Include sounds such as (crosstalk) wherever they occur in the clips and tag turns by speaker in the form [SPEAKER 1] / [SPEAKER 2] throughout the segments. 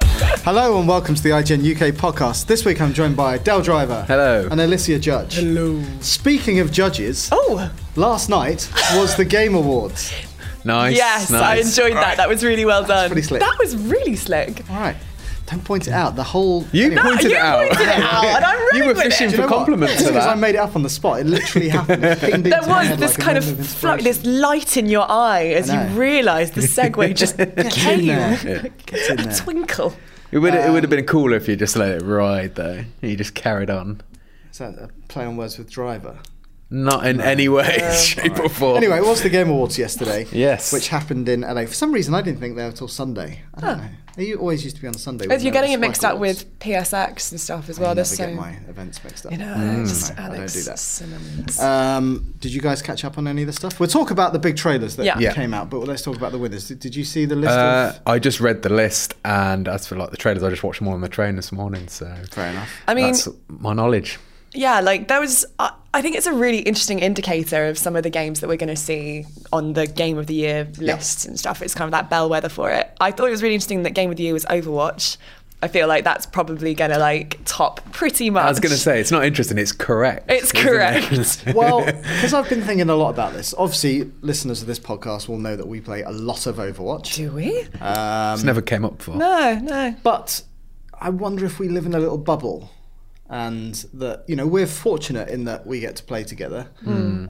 [SPEAKER 1] Hello and welcome to the IGN UK podcast. This week I'm joined by Del Driver.
[SPEAKER 2] Hello.
[SPEAKER 1] And Alicia Judge.
[SPEAKER 3] Hello.
[SPEAKER 1] Speaking of judges,
[SPEAKER 3] Oh,
[SPEAKER 1] last night was the Game
[SPEAKER 2] (laughs)
[SPEAKER 1] Awards.
[SPEAKER 2] Nice.
[SPEAKER 3] yes, I
[SPEAKER 2] nice.
[SPEAKER 3] enjoyed that. That was really well done.
[SPEAKER 1] pretty slick.
[SPEAKER 3] That was really slick.
[SPEAKER 1] All right, don't point it out. The whole
[SPEAKER 2] You pointed
[SPEAKER 3] you
[SPEAKER 2] it out.
[SPEAKER 3] pointed it out,
[SPEAKER 1] (laughs)
[SPEAKER 3] and I'm
[SPEAKER 2] You
[SPEAKER 3] running
[SPEAKER 2] were
[SPEAKER 3] with
[SPEAKER 2] fishing
[SPEAKER 3] it.
[SPEAKER 2] for compliments to
[SPEAKER 1] because I
[SPEAKER 2] that.
[SPEAKER 1] made it up on the spot. It
[SPEAKER 2] (laughs)
[SPEAKER 1] literally happened. It pinged
[SPEAKER 3] There
[SPEAKER 1] into my
[SPEAKER 3] was
[SPEAKER 1] head like
[SPEAKER 3] this
[SPEAKER 1] a wind
[SPEAKER 3] kind of flu-
[SPEAKER 1] inspiration.
[SPEAKER 3] this light in your eye as you
[SPEAKER 1] know.
[SPEAKER 3] realised
[SPEAKER 1] (laughs)
[SPEAKER 3] the segue
[SPEAKER 2] (laughs)
[SPEAKER 3] just
[SPEAKER 1] Get in
[SPEAKER 3] came.
[SPEAKER 1] there.
[SPEAKER 3] (laughs)
[SPEAKER 1] in
[SPEAKER 3] A
[SPEAKER 1] there.
[SPEAKER 3] twinkle.
[SPEAKER 2] It would it would have been cooler if you just let it ride though. You just carried on.
[SPEAKER 1] Is that a play on words with driver?
[SPEAKER 2] Not in any way, (laughs) shape or form.
[SPEAKER 1] Anyway, it was the Game Awards yesterday.
[SPEAKER 2] (laughs) Yes.
[SPEAKER 1] Which happened in LA. For some reason, I didn't think they were till Sunday. I don't know. They always used to be on Sunday.
[SPEAKER 3] As
[SPEAKER 1] when
[SPEAKER 3] you're
[SPEAKER 1] there
[SPEAKER 3] getting it
[SPEAKER 1] was
[SPEAKER 3] mixed
[SPEAKER 1] Spike
[SPEAKER 3] up
[SPEAKER 1] Awards.
[SPEAKER 3] with PSX and stuff as
[SPEAKER 1] I
[SPEAKER 3] well.
[SPEAKER 1] never
[SPEAKER 3] There's
[SPEAKER 1] get
[SPEAKER 3] so
[SPEAKER 1] my events mixed up.
[SPEAKER 3] you know, just
[SPEAKER 1] No, I don't
[SPEAKER 3] Alex
[SPEAKER 1] do that.
[SPEAKER 3] Simmons.
[SPEAKER 1] Um, did you guys catch up on any of the stuff? We'll talk about the big trailers that
[SPEAKER 3] Yeah. Yeah.
[SPEAKER 1] came out, but let's talk about the winners. Did, did you see the list?
[SPEAKER 2] uh,
[SPEAKER 1] of...
[SPEAKER 2] I just read the list, and as for like the trailers, I just watched them all on the train this morning. So
[SPEAKER 1] Fair enough.
[SPEAKER 3] I mean,
[SPEAKER 2] that's my knowledge.
[SPEAKER 3] Yeah, like that was. I, I think it's a really interesting indicator of some of the games that we're going to see on the Game of the Year lists and stuff. It's kind of that bellwether for it. I thought it was really interesting that Game of the Year was Overwatch. I feel like that's probably going to like top pretty much.
[SPEAKER 2] I was going to say it's not interesting. It's correct.
[SPEAKER 3] It's
[SPEAKER 2] isn't it? (laughs)
[SPEAKER 3] correct.
[SPEAKER 1] Well, because I've been thinking a lot about this. Obviously, listeners of this podcast will know that we play a lot of Overwatch.
[SPEAKER 3] Do we?
[SPEAKER 1] Um,
[SPEAKER 2] It's never came up for.
[SPEAKER 3] No, no.
[SPEAKER 1] But I wonder if we live in a little bubble and that, you know, we're fortunate in that we get to play together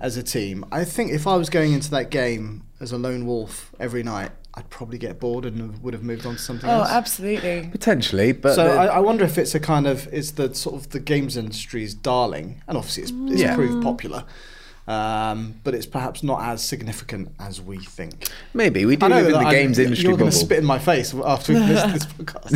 [SPEAKER 1] as a team. I think if I was going into that game as a lone wolf every night, I'd probably get bored and would have moved on to something
[SPEAKER 3] Oh,
[SPEAKER 1] else.
[SPEAKER 3] absolutely.
[SPEAKER 2] Potentially, but
[SPEAKER 1] So
[SPEAKER 2] the-
[SPEAKER 1] I, I wonder if it's a kind of it's the sort of the games industry's darling, and obviously it's, it's
[SPEAKER 2] Yeah.
[SPEAKER 3] Mm.
[SPEAKER 1] proved popular, um, but it's perhaps not as significant as we think.
[SPEAKER 2] maybe we do live in the
[SPEAKER 1] that I'm-
[SPEAKER 2] games industry
[SPEAKER 1] You're going to
[SPEAKER 2] bubble.
[SPEAKER 1] spit in my face after we've listened to
[SPEAKER 2] (laughs)
[SPEAKER 1] this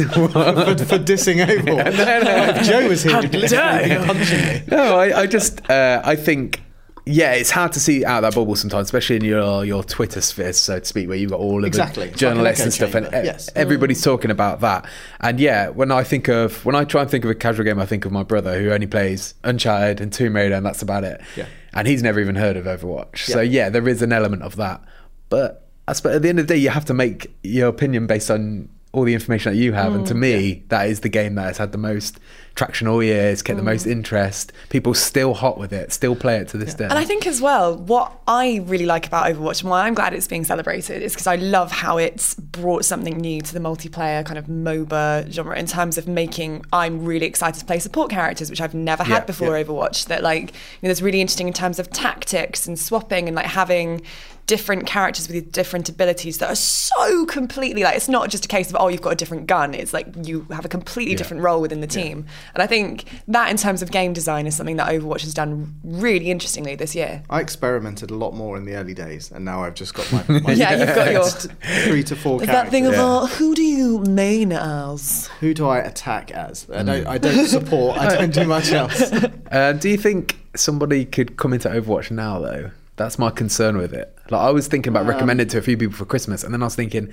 [SPEAKER 1] podcast for, for dissing (laughs) over.
[SPEAKER 2] No, no.
[SPEAKER 1] If Joe was here, he'd literally
[SPEAKER 3] dare
[SPEAKER 1] be punching me.
[SPEAKER 2] No, I, I just uh, I think yeah, it's hard to see out of that bubble sometimes, especially in your your Twitter sphere, so to speak, where you've got all of
[SPEAKER 1] Exactly.
[SPEAKER 2] the
[SPEAKER 1] It's like an
[SPEAKER 2] journalists
[SPEAKER 1] echo
[SPEAKER 2] and stuff,
[SPEAKER 1] chamber.
[SPEAKER 2] and e-
[SPEAKER 1] Yes.
[SPEAKER 2] everybody's talking about that. And yeah, when I think of when I try and think of a casual game, I think of my brother who only plays Uncharted and Tomb Raider, and that's about it.
[SPEAKER 1] Yeah.
[SPEAKER 2] And he's never even heard of Overwatch. So yeah, there is an element of that, but I suppose at the end of the day, you have to make your opinion based on. All the information that you have, and to
[SPEAKER 3] Mm.
[SPEAKER 2] me, that is the game that has had the most traction all year. It's kept the
[SPEAKER 3] Mm.
[SPEAKER 2] most interest. People still hot with it, still play it to this day.
[SPEAKER 3] And I think as well, what I really like about Overwatch and why I'm glad it's being celebrated is because I love how it's brought something new to the multiplayer kind of MOBA genre in terms of making. I'm really excited to play support characters, which I've never
[SPEAKER 2] Yeah,
[SPEAKER 3] had before
[SPEAKER 2] yeah.
[SPEAKER 3] Overwatch. That like, you know, that's really interesting in terms of tactics and swapping and like having different characters with different abilities that are so completely like it's not just a case of oh you've got a different gun it's like you have a completely different role within the team and i think that in terms of game design is something that overwatch has done really interestingly this year
[SPEAKER 1] I experimented a lot more in the early days, and now I've just got my,
[SPEAKER 2] (laughs)
[SPEAKER 1] my
[SPEAKER 3] Yeah, you've got your-
[SPEAKER 1] three to four.
[SPEAKER 3] that thing
[SPEAKER 1] characters.
[SPEAKER 3] of
[SPEAKER 2] Yeah.
[SPEAKER 3] uh, who do you main as
[SPEAKER 1] who do I attack as? I don't, I
[SPEAKER 2] Mm.
[SPEAKER 1] don't support. I don't do
[SPEAKER 2] (laughs)
[SPEAKER 1] much else.
[SPEAKER 2] Uh, do you think somebody could come into Overwatch now, though? That's my concern with it. Like, I was thinking about
[SPEAKER 3] Um,
[SPEAKER 2] recommending it to a few people for Christmas, and then I was thinking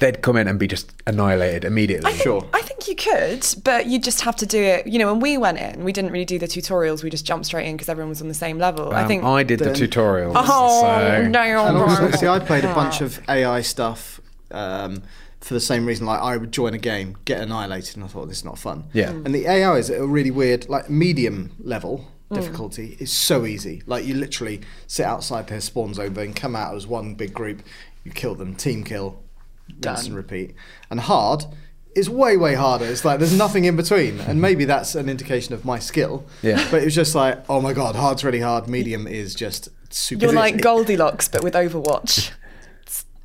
[SPEAKER 2] they'd come in and be just annihilated immediately.
[SPEAKER 1] Sure.
[SPEAKER 3] I think you could, but you just have to do it. You know, when we went in, we didn't really do the tutorials. We just jumped straight in because everyone was on the same level. I
[SPEAKER 2] Um,
[SPEAKER 3] think.
[SPEAKER 2] I did the
[SPEAKER 1] Then-
[SPEAKER 2] tutorial.
[SPEAKER 3] oh
[SPEAKER 2] so-
[SPEAKER 3] no!
[SPEAKER 1] And
[SPEAKER 3] bro.
[SPEAKER 1] also, see, I played
[SPEAKER 3] (laughs)
[SPEAKER 1] a bunch of AI stuff um, for the same reason. Like, I would join a game, get annihilated, and I thought this is not fun.
[SPEAKER 2] Yeah. Mm.
[SPEAKER 1] And the AI is at a really weird, like medium level
[SPEAKER 3] Mm.
[SPEAKER 1] difficulty. It's so easy. Like, you literally sit outside their spawn zone, then come out as one big group. You kill them, team kill, rinse and repeat. And hard. is way way harder. It's like there's nothing in between, and maybe that's an indication of my skill.
[SPEAKER 2] Mm-hmm. Yeah.
[SPEAKER 1] But it was just like, oh my god, hard's really hard. Medium is just super.
[SPEAKER 3] You're like
[SPEAKER 1] easy.
[SPEAKER 3] Goldilocks, but with Overwatch.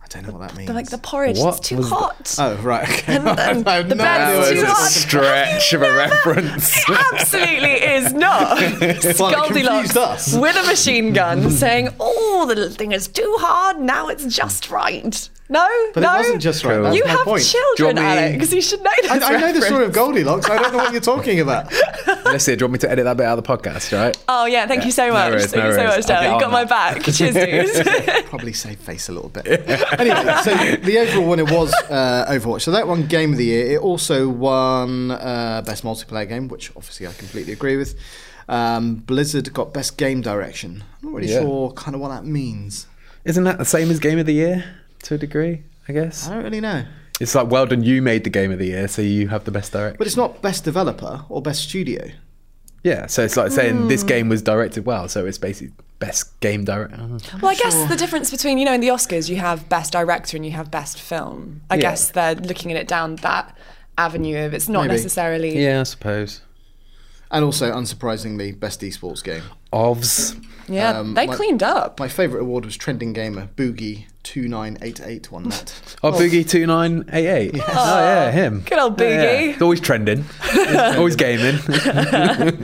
[SPEAKER 1] I don't know what that means.
[SPEAKER 3] They're like the porridge
[SPEAKER 2] What
[SPEAKER 3] is too
[SPEAKER 2] was the-
[SPEAKER 3] hot.
[SPEAKER 1] (laughs) Oh right, okay.
[SPEAKER 3] And then
[SPEAKER 1] I have
[SPEAKER 3] (laughs)
[SPEAKER 1] (laughs)
[SPEAKER 3] the
[SPEAKER 1] no
[SPEAKER 3] best
[SPEAKER 1] idea
[SPEAKER 2] That
[SPEAKER 1] what
[SPEAKER 3] two
[SPEAKER 1] it
[SPEAKER 2] was
[SPEAKER 1] is.
[SPEAKER 2] a
[SPEAKER 3] are-
[SPEAKER 2] stretch of a (laughs) reference.
[SPEAKER 3] It absolutely
[SPEAKER 1] (laughs)
[SPEAKER 3] is not. It's
[SPEAKER 1] Well, it
[SPEAKER 3] Goldilocks
[SPEAKER 1] confused us.
[SPEAKER 3] with a machine gun saying, "Oh, the little thing is too hard. Now it's just right." No,
[SPEAKER 1] But
[SPEAKER 3] no,
[SPEAKER 1] it wasn't just right.
[SPEAKER 2] Cool.
[SPEAKER 1] That's
[SPEAKER 3] you
[SPEAKER 1] my
[SPEAKER 3] have
[SPEAKER 1] point.
[SPEAKER 3] children,
[SPEAKER 2] Do you want me-
[SPEAKER 3] Alex. You should know this.
[SPEAKER 1] I, I know the
[SPEAKER 3] reference.
[SPEAKER 1] story of Goldilocks. I don't know what you're talking
[SPEAKER 3] (laughs)
[SPEAKER 1] about.
[SPEAKER 2] (laughs) Let's see. Do you want me to edit that bit out of the podcast? All right.
[SPEAKER 3] Oh yeah, thank you so
[SPEAKER 2] No
[SPEAKER 3] much.
[SPEAKER 2] worries,
[SPEAKER 3] thank
[SPEAKER 2] no
[SPEAKER 3] you so
[SPEAKER 2] worries.
[SPEAKER 3] much, Dale.
[SPEAKER 2] I'll get
[SPEAKER 3] You
[SPEAKER 2] on
[SPEAKER 3] got my
[SPEAKER 2] that. (laughs)
[SPEAKER 3] back. Cheers, (laughs) dude.
[SPEAKER 1] Probably save face a little bit. anyway, so the overall winner was uh, Overwatch. So that won Game of the Year. It also won uh, Best Multiplayer Game, which obviously I completely agree with. Um, Blizzard got Best Game Direction. I'm not really
[SPEAKER 2] Yeah.
[SPEAKER 1] sure kind of what that means.
[SPEAKER 2] Isn't that the same as Game of the Year to a degree? I guess.
[SPEAKER 1] I don't really know.
[SPEAKER 2] It's like, well done, you made the game of the year, so you have the best direction.
[SPEAKER 1] But it's not best developer or best studio.
[SPEAKER 2] Yeah, so it's like saying this game was directed well, so it's basically best game director.
[SPEAKER 3] Well, I guess the difference between, you know, in the Oscars, you have best director and you have best film. I
[SPEAKER 2] Yeah.
[SPEAKER 3] guess they're looking at it down that avenue of it's not
[SPEAKER 1] Maybe.
[SPEAKER 3] necessarily.
[SPEAKER 2] Yeah, I suppose.
[SPEAKER 1] And also, unsurprisingly, best esports game.
[SPEAKER 2] Ovs.
[SPEAKER 3] Yeah,
[SPEAKER 1] Um,
[SPEAKER 3] they
[SPEAKER 1] my-
[SPEAKER 3] cleaned up.
[SPEAKER 1] My favourite award was Trending Gamer Boogie 2988 won that.
[SPEAKER 2] Oh, Boogie2988. Oh, yeah, him.
[SPEAKER 3] Good old
[SPEAKER 2] Yeah, yeah.
[SPEAKER 3] Boogie.
[SPEAKER 2] It's always (laughs) trending, always gaming.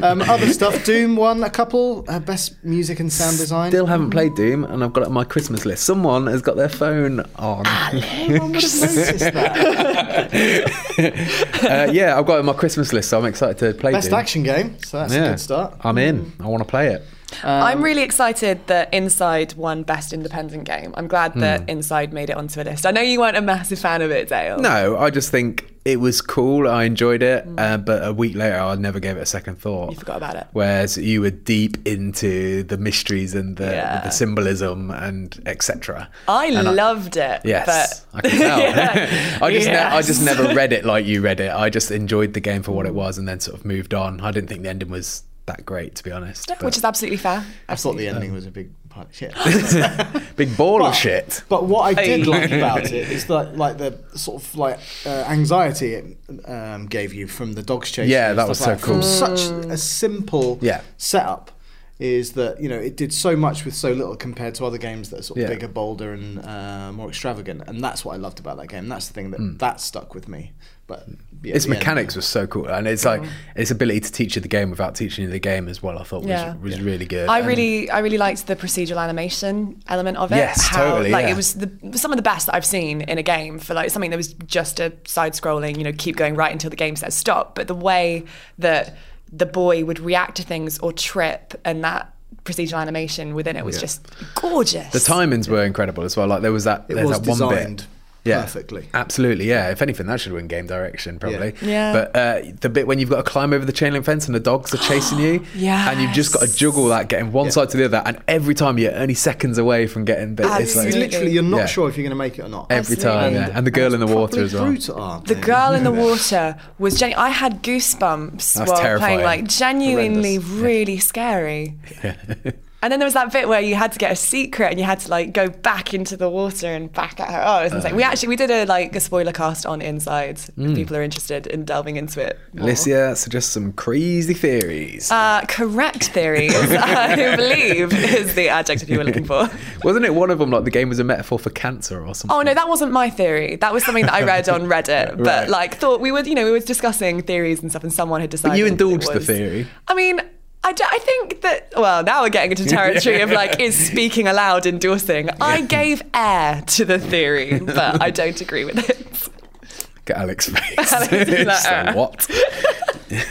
[SPEAKER 1] um, other stuff,
[SPEAKER 2] (laughs)
[SPEAKER 1] Doom won a couple. Uh, best music and sound design.
[SPEAKER 2] Still haven't played Doom, and I've got it on my Christmas list. Someone has got their phone on. Oh,
[SPEAKER 1] Everyone would have noticed that.
[SPEAKER 2] (laughs) Uh, yeah, I've got it on my Christmas list, so I'm excited to play
[SPEAKER 1] Best
[SPEAKER 2] Doom.
[SPEAKER 1] action game. So that's
[SPEAKER 2] yeah.
[SPEAKER 1] a good start.
[SPEAKER 2] I'm in. I want to play it.
[SPEAKER 3] I'm really excited that Inside won Best Independent Game. I'm glad
[SPEAKER 2] Hmm.
[SPEAKER 3] that Inside made it onto a list. I know you weren't a massive fan of it, Dale.
[SPEAKER 2] No, I just think it was cool. I enjoyed it, uh, but a week later, I never gave it a second thought.
[SPEAKER 3] Mm. You forgot about it.
[SPEAKER 2] Whereas you were deep into the mysteries and the,
[SPEAKER 3] Yeah.
[SPEAKER 2] the symbolism and etc.
[SPEAKER 3] I
[SPEAKER 2] And
[SPEAKER 3] loved it.
[SPEAKER 2] Yes,
[SPEAKER 3] But
[SPEAKER 2] I can
[SPEAKER 3] (laughs)
[SPEAKER 2] tell. (laughs) I just ne- I
[SPEAKER 3] Yes. Mm.
[SPEAKER 2] just never read it like you read it. I just enjoyed the game for what it was and then sort of moved on. I didn't think the ending was that great, to be honest. but-
[SPEAKER 3] Which is absolutely fair.
[SPEAKER 1] I thought the ending was a big part
[SPEAKER 2] (laughs)
[SPEAKER 1] of shit.
[SPEAKER 2] big ball of shit.
[SPEAKER 1] But what I did
[SPEAKER 3] Hey.
[SPEAKER 1] like
[SPEAKER 2] (laughs)
[SPEAKER 1] about it is that, like the sort of like uh, anxiety it um, gave you from the dogs chasing.
[SPEAKER 2] Yeah,
[SPEAKER 1] and
[SPEAKER 2] that
[SPEAKER 1] stuff
[SPEAKER 2] was so
[SPEAKER 1] like From
[SPEAKER 2] cool.
[SPEAKER 1] such a simple
[SPEAKER 2] Yeah.
[SPEAKER 1] setup is that you know it did so much with so little compared to other games that are sort of
[SPEAKER 2] Yeah.
[SPEAKER 1] bigger, bolder, and uh, more extravagant. And that's what I loved about that game. That's the thing that that stuck with me. But yeah,
[SPEAKER 2] Mm. Its
[SPEAKER 1] the end-
[SPEAKER 2] mechanics was so cool, and it's like its ability to teach you the game without teaching you the game as well. I thought was,
[SPEAKER 3] Yeah.
[SPEAKER 2] was really good.
[SPEAKER 3] I
[SPEAKER 2] And-
[SPEAKER 3] really, I really liked the procedural animation element of it.
[SPEAKER 2] Yes, totally,
[SPEAKER 3] Like
[SPEAKER 2] yeah.
[SPEAKER 3] it was the, some of the best that I've seen in a game for like something that was just a side-scrolling, you know, keep going right until the game says stop. But the way that the boy would react to things or trip, and that procedural animation within it was
[SPEAKER 2] Yeah.
[SPEAKER 3] just gorgeous.
[SPEAKER 2] the timings were incredible as well. Like there was that.
[SPEAKER 1] It
[SPEAKER 2] there's
[SPEAKER 1] was
[SPEAKER 2] that one bit.
[SPEAKER 1] designed perfectly.
[SPEAKER 2] Absolutely, yeah. If anything, that should win game direction, probably.
[SPEAKER 3] Yeah.
[SPEAKER 2] But uh, the bit when you've got to climb over the chain link fence and the dogs are chasing you, and you've just got to
[SPEAKER 3] (gasps) Yes.
[SPEAKER 2] juggle that, getting one side to the other, and every time you're only seconds away from getting bit. It's
[SPEAKER 1] It's
[SPEAKER 3] Absolutely.
[SPEAKER 2] like
[SPEAKER 1] literally you're not
[SPEAKER 2] Yeah.
[SPEAKER 1] sure if you're going to make it or not.
[SPEAKER 2] every time,
[SPEAKER 3] Absolutely.
[SPEAKER 2] yeah. and the girl in the water as well.
[SPEAKER 1] Oh,
[SPEAKER 3] The girl
[SPEAKER 2] (laughs)
[SPEAKER 3] in the water was genu- I had goosebumps
[SPEAKER 2] That's
[SPEAKER 3] while
[SPEAKER 2] terrifying.
[SPEAKER 3] playing, like genuinely
[SPEAKER 2] Horrendous. (laughs)
[SPEAKER 3] really scary. and then there was that bit where you had to get a secret and you had to like go back into the water and back at her. Oh, it was insane. we
[SPEAKER 2] Uh-huh.
[SPEAKER 3] actually we did a like a spoiler cast on Insides.
[SPEAKER 2] Hmm.
[SPEAKER 3] If people are interested in delving into it. more.
[SPEAKER 2] Alicia suggests some crazy theories.
[SPEAKER 3] Uh, correct theories, (laughs) I believe, is the adjective you were
[SPEAKER 2] (laughs)
[SPEAKER 3] looking for.
[SPEAKER 2] Wasn't it one of them like the game was a metaphor for cancer or something?
[SPEAKER 3] Oh no, that wasn't my theory. That was something that I read on Reddit. But
[SPEAKER 2] (laughs) Right.
[SPEAKER 3] like, thought we would, you know, we were discussing theories and stuff, and someone had decided.
[SPEAKER 2] you
[SPEAKER 3] that it
[SPEAKER 2] indulged the
[SPEAKER 3] was-
[SPEAKER 2] theory.
[SPEAKER 3] I mean. I, d- I think that well now we're getting
[SPEAKER 1] (laughs)
[SPEAKER 3] into territory of like is speaking aloud endorsing i gave air to the theory but i don't agree with
[SPEAKER 1] (laughs)
[SPEAKER 3] it
[SPEAKER 2] Look at (laughs) Alex's face.
[SPEAKER 3] Alex is like,
[SPEAKER 2] So
[SPEAKER 3] uh.
[SPEAKER 2] what?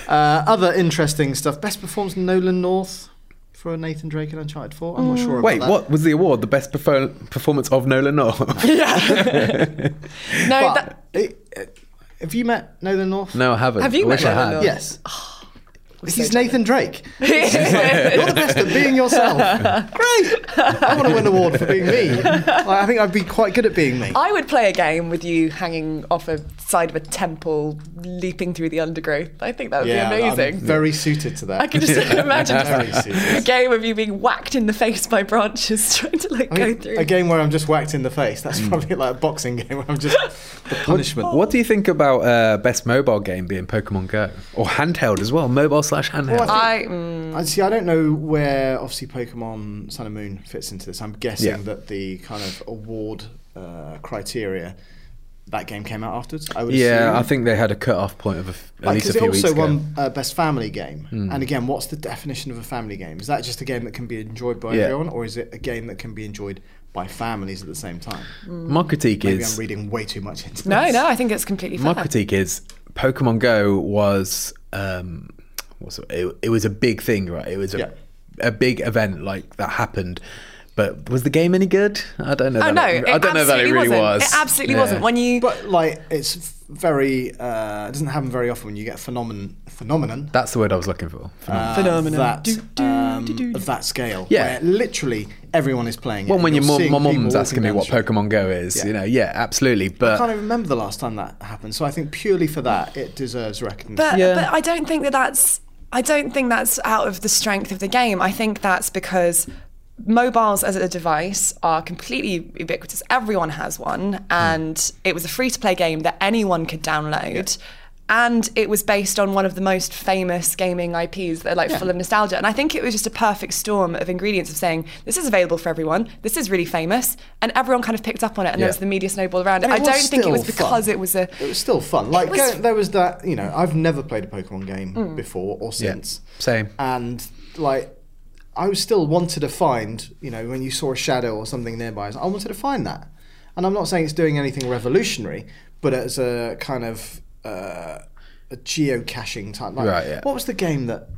[SPEAKER 1] Uh, other interesting stuff. Best performance Nolan North for Nathan Drake and Uncharted 4.
[SPEAKER 3] Mm.
[SPEAKER 1] I'm not sure about
[SPEAKER 2] Wait,
[SPEAKER 1] that.
[SPEAKER 2] what was the award? The best perfor- performance of Nolan (laughs) North?
[SPEAKER 3] (laughs) no
[SPEAKER 1] But
[SPEAKER 3] that,
[SPEAKER 1] it- it- have you met Nolan North?
[SPEAKER 2] no, I haven't.
[SPEAKER 3] Have you
[SPEAKER 2] I
[SPEAKER 3] met
[SPEAKER 2] wish I
[SPEAKER 3] Nolan
[SPEAKER 2] had.
[SPEAKER 3] North?
[SPEAKER 1] Yes. He's Nathan Drake. (laughs) You're the best at being yourself. Great. I want to win an award for being me. Like, I think I'd be quite good at being me.
[SPEAKER 3] (laughs) i would play a game with you hanging off a side of a temple leaping through the undergrowth i think that would be
[SPEAKER 1] I'm
[SPEAKER 3] amazing
[SPEAKER 1] very suited to that.
[SPEAKER 3] I can just
[SPEAKER 1] (laughs)
[SPEAKER 3] imagine
[SPEAKER 1] Very
[SPEAKER 3] just
[SPEAKER 1] serious.
[SPEAKER 3] a game of you being whacked in the face by (laughs) branches trying to like
[SPEAKER 1] I mean,
[SPEAKER 3] go through.
[SPEAKER 1] a game where I'm just whacked in the face. That's
[SPEAKER 2] Mm.
[SPEAKER 1] probably like a boxing game where I'm
[SPEAKER 3] (laughs)
[SPEAKER 1] just the punishment.
[SPEAKER 2] What do you think about uh, best mobile game being Pokemon Go or handheld as well? Mobile slash handheld.
[SPEAKER 1] Well, I
[SPEAKER 3] I mm,
[SPEAKER 1] I see. I don't know where obviously Pokemon Sun and Moon fits into this. I'm guessing
[SPEAKER 2] Yeah.
[SPEAKER 1] that the kind of award uh, criteria that game came out afterwards. I would
[SPEAKER 2] yeah,
[SPEAKER 1] assume.
[SPEAKER 2] I think they had a cut off point of a f at least a
[SPEAKER 1] because it
[SPEAKER 2] few weeks
[SPEAKER 1] also
[SPEAKER 2] ago. Hmm.
[SPEAKER 1] won uh, best family game. And again, what's the definition of a family game? Is that just a game that can be enjoyed by
[SPEAKER 2] Yeah.
[SPEAKER 1] everyone, or is it a game that can be enjoyed by families at the same time?
[SPEAKER 2] My critique
[SPEAKER 1] Maybe
[SPEAKER 2] is
[SPEAKER 1] I'm reading way too much into
[SPEAKER 3] no,
[SPEAKER 1] this.
[SPEAKER 3] no, I think it's completely
[SPEAKER 2] my
[SPEAKER 3] fair.
[SPEAKER 2] critique is Pokemon Go was um, what's it, it, it was a big thing, right? It was a,
[SPEAKER 1] Yeah.
[SPEAKER 2] a big event like that happened, But was the game any good? I don't know.
[SPEAKER 3] Oh
[SPEAKER 2] that
[SPEAKER 3] no!
[SPEAKER 2] it-
[SPEAKER 3] It
[SPEAKER 2] I don't know that it
[SPEAKER 3] absolutely
[SPEAKER 2] really was.
[SPEAKER 3] wasn't. It absolutely
[SPEAKER 2] Yeah.
[SPEAKER 3] wasn't. When you
[SPEAKER 1] But like, it's very uh, it doesn't happen very often when you get phenomenon phenomenon
[SPEAKER 2] That's the word I was looking for. Phenomenal.
[SPEAKER 1] uh,
[SPEAKER 3] Phenomenon.
[SPEAKER 1] that,
[SPEAKER 3] Do, do,
[SPEAKER 1] um,
[SPEAKER 3] do, do, do.
[SPEAKER 1] of that scale.
[SPEAKER 2] Yeah.
[SPEAKER 1] where literally everyone is playing.
[SPEAKER 2] well,
[SPEAKER 1] it.
[SPEAKER 2] when
[SPEAKER 1] You're
[SPEAKER 2] your mum,
[SPEAKER 1] seeing
[SPEAKER 2] my mum's
[SPEAKER 1] people
[SPEAKER 2] asking me
[SPEAKER 1] walking
[SPEAKER 2] what
[SPEAKER 1] down the street.
[SPEAKER 2] Pokemon Go is,
[SPEAKER 1] Yeah.
[SPEAKER 2] you know, yeah, absolutely. But
[SPEAKER 1] I can't even remember the last time that happened. So I think purely for that, it deserves recognition.
[SPEAKER 3] But
[SPEAKER 2] Yeah.
[SPEAKER 3] but I don't think that that's I don't think that's out of the strength of the game. I think that's because mobiles as a device are completely ubiquitous. Everyone has
[SPEAKER 1] Hmm.
[SPEAKER 3] one, and it was a free to play game that anyone could download. And it was based on one of the most famous gaming IPs that are like full of nostalgia. And I think it was just a perfect storm of ingredients of saying, this is available for everyone, this is really famous. And everyone kind of picked up on it, and
[SPEAKER 2] Yeah.
[SPEAKER 3] there was the media snowball around it.
[SPEAKER 1] And
[SPEAKER 3] I
[SPEAKER 1] was
[SPEAKER 3] don't think it
[SPEAKER 1] still
[SPEAKER 3] was because
[SPEAKER 1] fun.
[SPEAKER 3] it was a.
[SPEAKER 1] It was still fun. Like
[SPEAKER 3] was-
[SPEAKER 1] go- there was that. You know, I've never played a Pokemon game before or since.
[SPEAKER 2] Mm. same.
[SPEAKER 1] And like, I was still wanted to find. You know, when you saw a shadow or something nearby, I was like, I wanted to find that. And I'm not saying it's doing anything revolutionary, but as a kind of uh, a geocaching type. Like,
[SPEAKER 2] Right, yeah.
[SPEAKER 1] What was the game that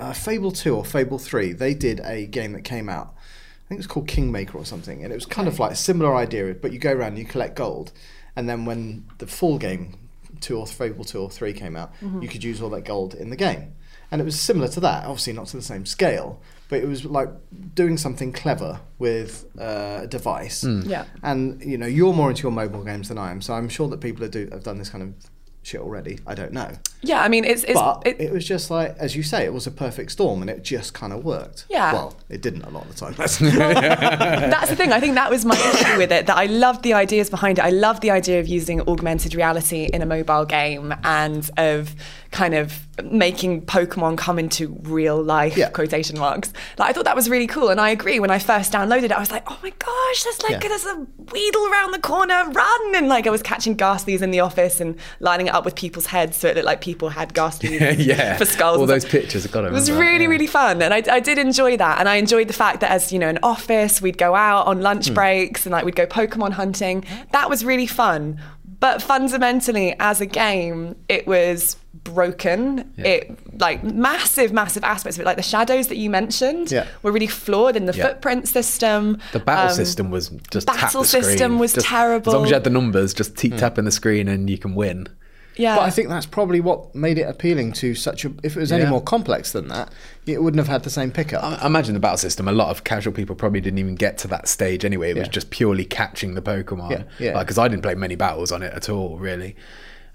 [SPEAKER 1] uh, Fable Two or Fable Three? They did a game that came out. I think it was called Kingmaker or something, and it was kind of like a similar idea. But you go around, and you collect gold, and then when the full game, two or Fable Two or Three came out, you could use all that gold in the game, and it was similar to that. Obviously, not to the same scale, but it was like doing something clever with uh, a device.
[SPEAKER 3] Yeah.
[SPEAKER 1] And you know, you're more into your mobile games than I am, so I'm sure that people have, do, have done this kind of shit already. I don't know.
[SPEAKER 3] Yeah, I mean, it's. it's
[SPEAKER 1] But
[SPEAKER 3] it-
[SPEAKER 1] it, was just like, as you say, it was a perfect storm, and it just kind of worked.
[SPEAKER 3] Yeah.
[SPEAKER 1] Well, it didn't a lot of the time. (laughs)
[SPEAKER 3] (laughs) That's the thing. I think that was my issue with it. That I loved the ideas behind it. I loved the idea of using augmented reality in a mobile game and of kind of making Pokemon come into real life
[SPEAKER 1] Yeah.
[SPEAKER 3] quotation marks. Like I thought that was really cool, and I agree. When I first downloaded it, I was like, "Oh my gosh, there's like
[SPEAKER 1] Yeah.
[SPEAKER 3] there's a Weedle around the corner, run!" And like I was catching Ghastlies in the office and lining it up with people's heads so it looked like people had Ghastlies
[SPEAKER 2] (laughs) yeah,
[SPEAKER 3] for skulls.
[SPEAKER 2] All
[SPEAKER 3] and
[SPEAKER 2] those
[SPEAKER 3] stuff.
[SPEAKER 2] pictures, I got
[SPEAKER 3] It was really, really fun, and I, I did enjoy that. And I enjoyed the fact that as you know, an office, we'd go out on lunch
[SPEAKER 2] Hmm.
[SPEAKER 3] breaks and like we'd go Pokemon hunting. That was really fun. But fundamentally, as a game, it was broken. It like massive, massive aspects of it, like the shadows that you mentioned,
[SPEAKER 1] Yeah.
[SPEAKER 3] were really flawed in the
[SPEAKER 2] Yeah.
[SPEAKER 3] footprint system.
[SPEAKER 2] The battle
[SPEAKER 3] um,
[SPEAKER 2] system was just tap
[SPEAKER 3] battle
[SPEAKER 2] the screen.
[SPEAKER 3] system was
[SPEAKER 2] Just-
[SPEAKER 3] terrible. Hmm.
[SPEAKER 2] As long as you had the numbers, just t- tap in the screen and you can win.
[SPEAKER 3] Yeah,
[SPEAKER 1] But I think that's probably what made it appealing to such a. If it was any
[SPEAKER 2] Yeah.
[SPEAKER 1] more complex than that, it wouldn't have had the same pickup.
[SPEAKER 3] Um,
[SPEAKER 2] I I imagine the battle system. A lot of casual people probably didn't even get to that stage anyway. It was
[SPEAKER 1] Yeah.
[SPEAKER 2] just purely catching the Pokemon.
[SPEAKER 1] Yeah, yeah.
[SPEAKER 2] Because I didn't play many battles on it at all, really.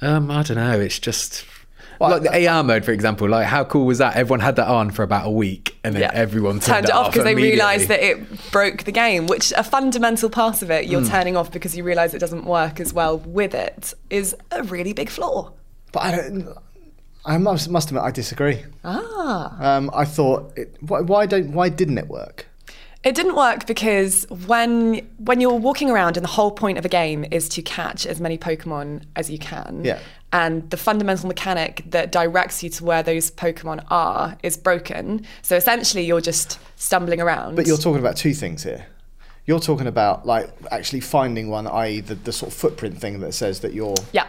[SPEAKER 2] Um, I don't know. It's just like the AR mode, for example. Like how cool was that? Everyone had that on for about a week, and then
[SPEAKER 3] Yeah.
[SPEAKER 2] everyone turned,
[SPEAKER 3] turned it off because they
[SPEAKER 2] immediately.
[SPEAKER 3] realised that it broke the game, which a fundamental part of it you're turning off because you realise it doesn't work as well with it is a really big flaw.
[SPEAKER 1] But I don't. I must, must admit, I disagree.
[SPEAKER 3] Ah.
[SPEAKER 1] Um, I thought, it, why, why don't, why didn't it work?
[SPEAKER 3] It didn't work because when when you're walking around and the whole point of a game is to catch as many Pokemon as you can.
[SPEAKER 1] Yeah.
[SPEAKER 3] And the fundamental mechanic that directs you to where those Pokemon are is broken. So essentially you're just stumbling around.
[SPEAKER 1] But you're talking about two things here. You're talking about like actually finding one, i.e., the, the sort of footprint thing that says that you're.
[SPEAKER 3] Yeah.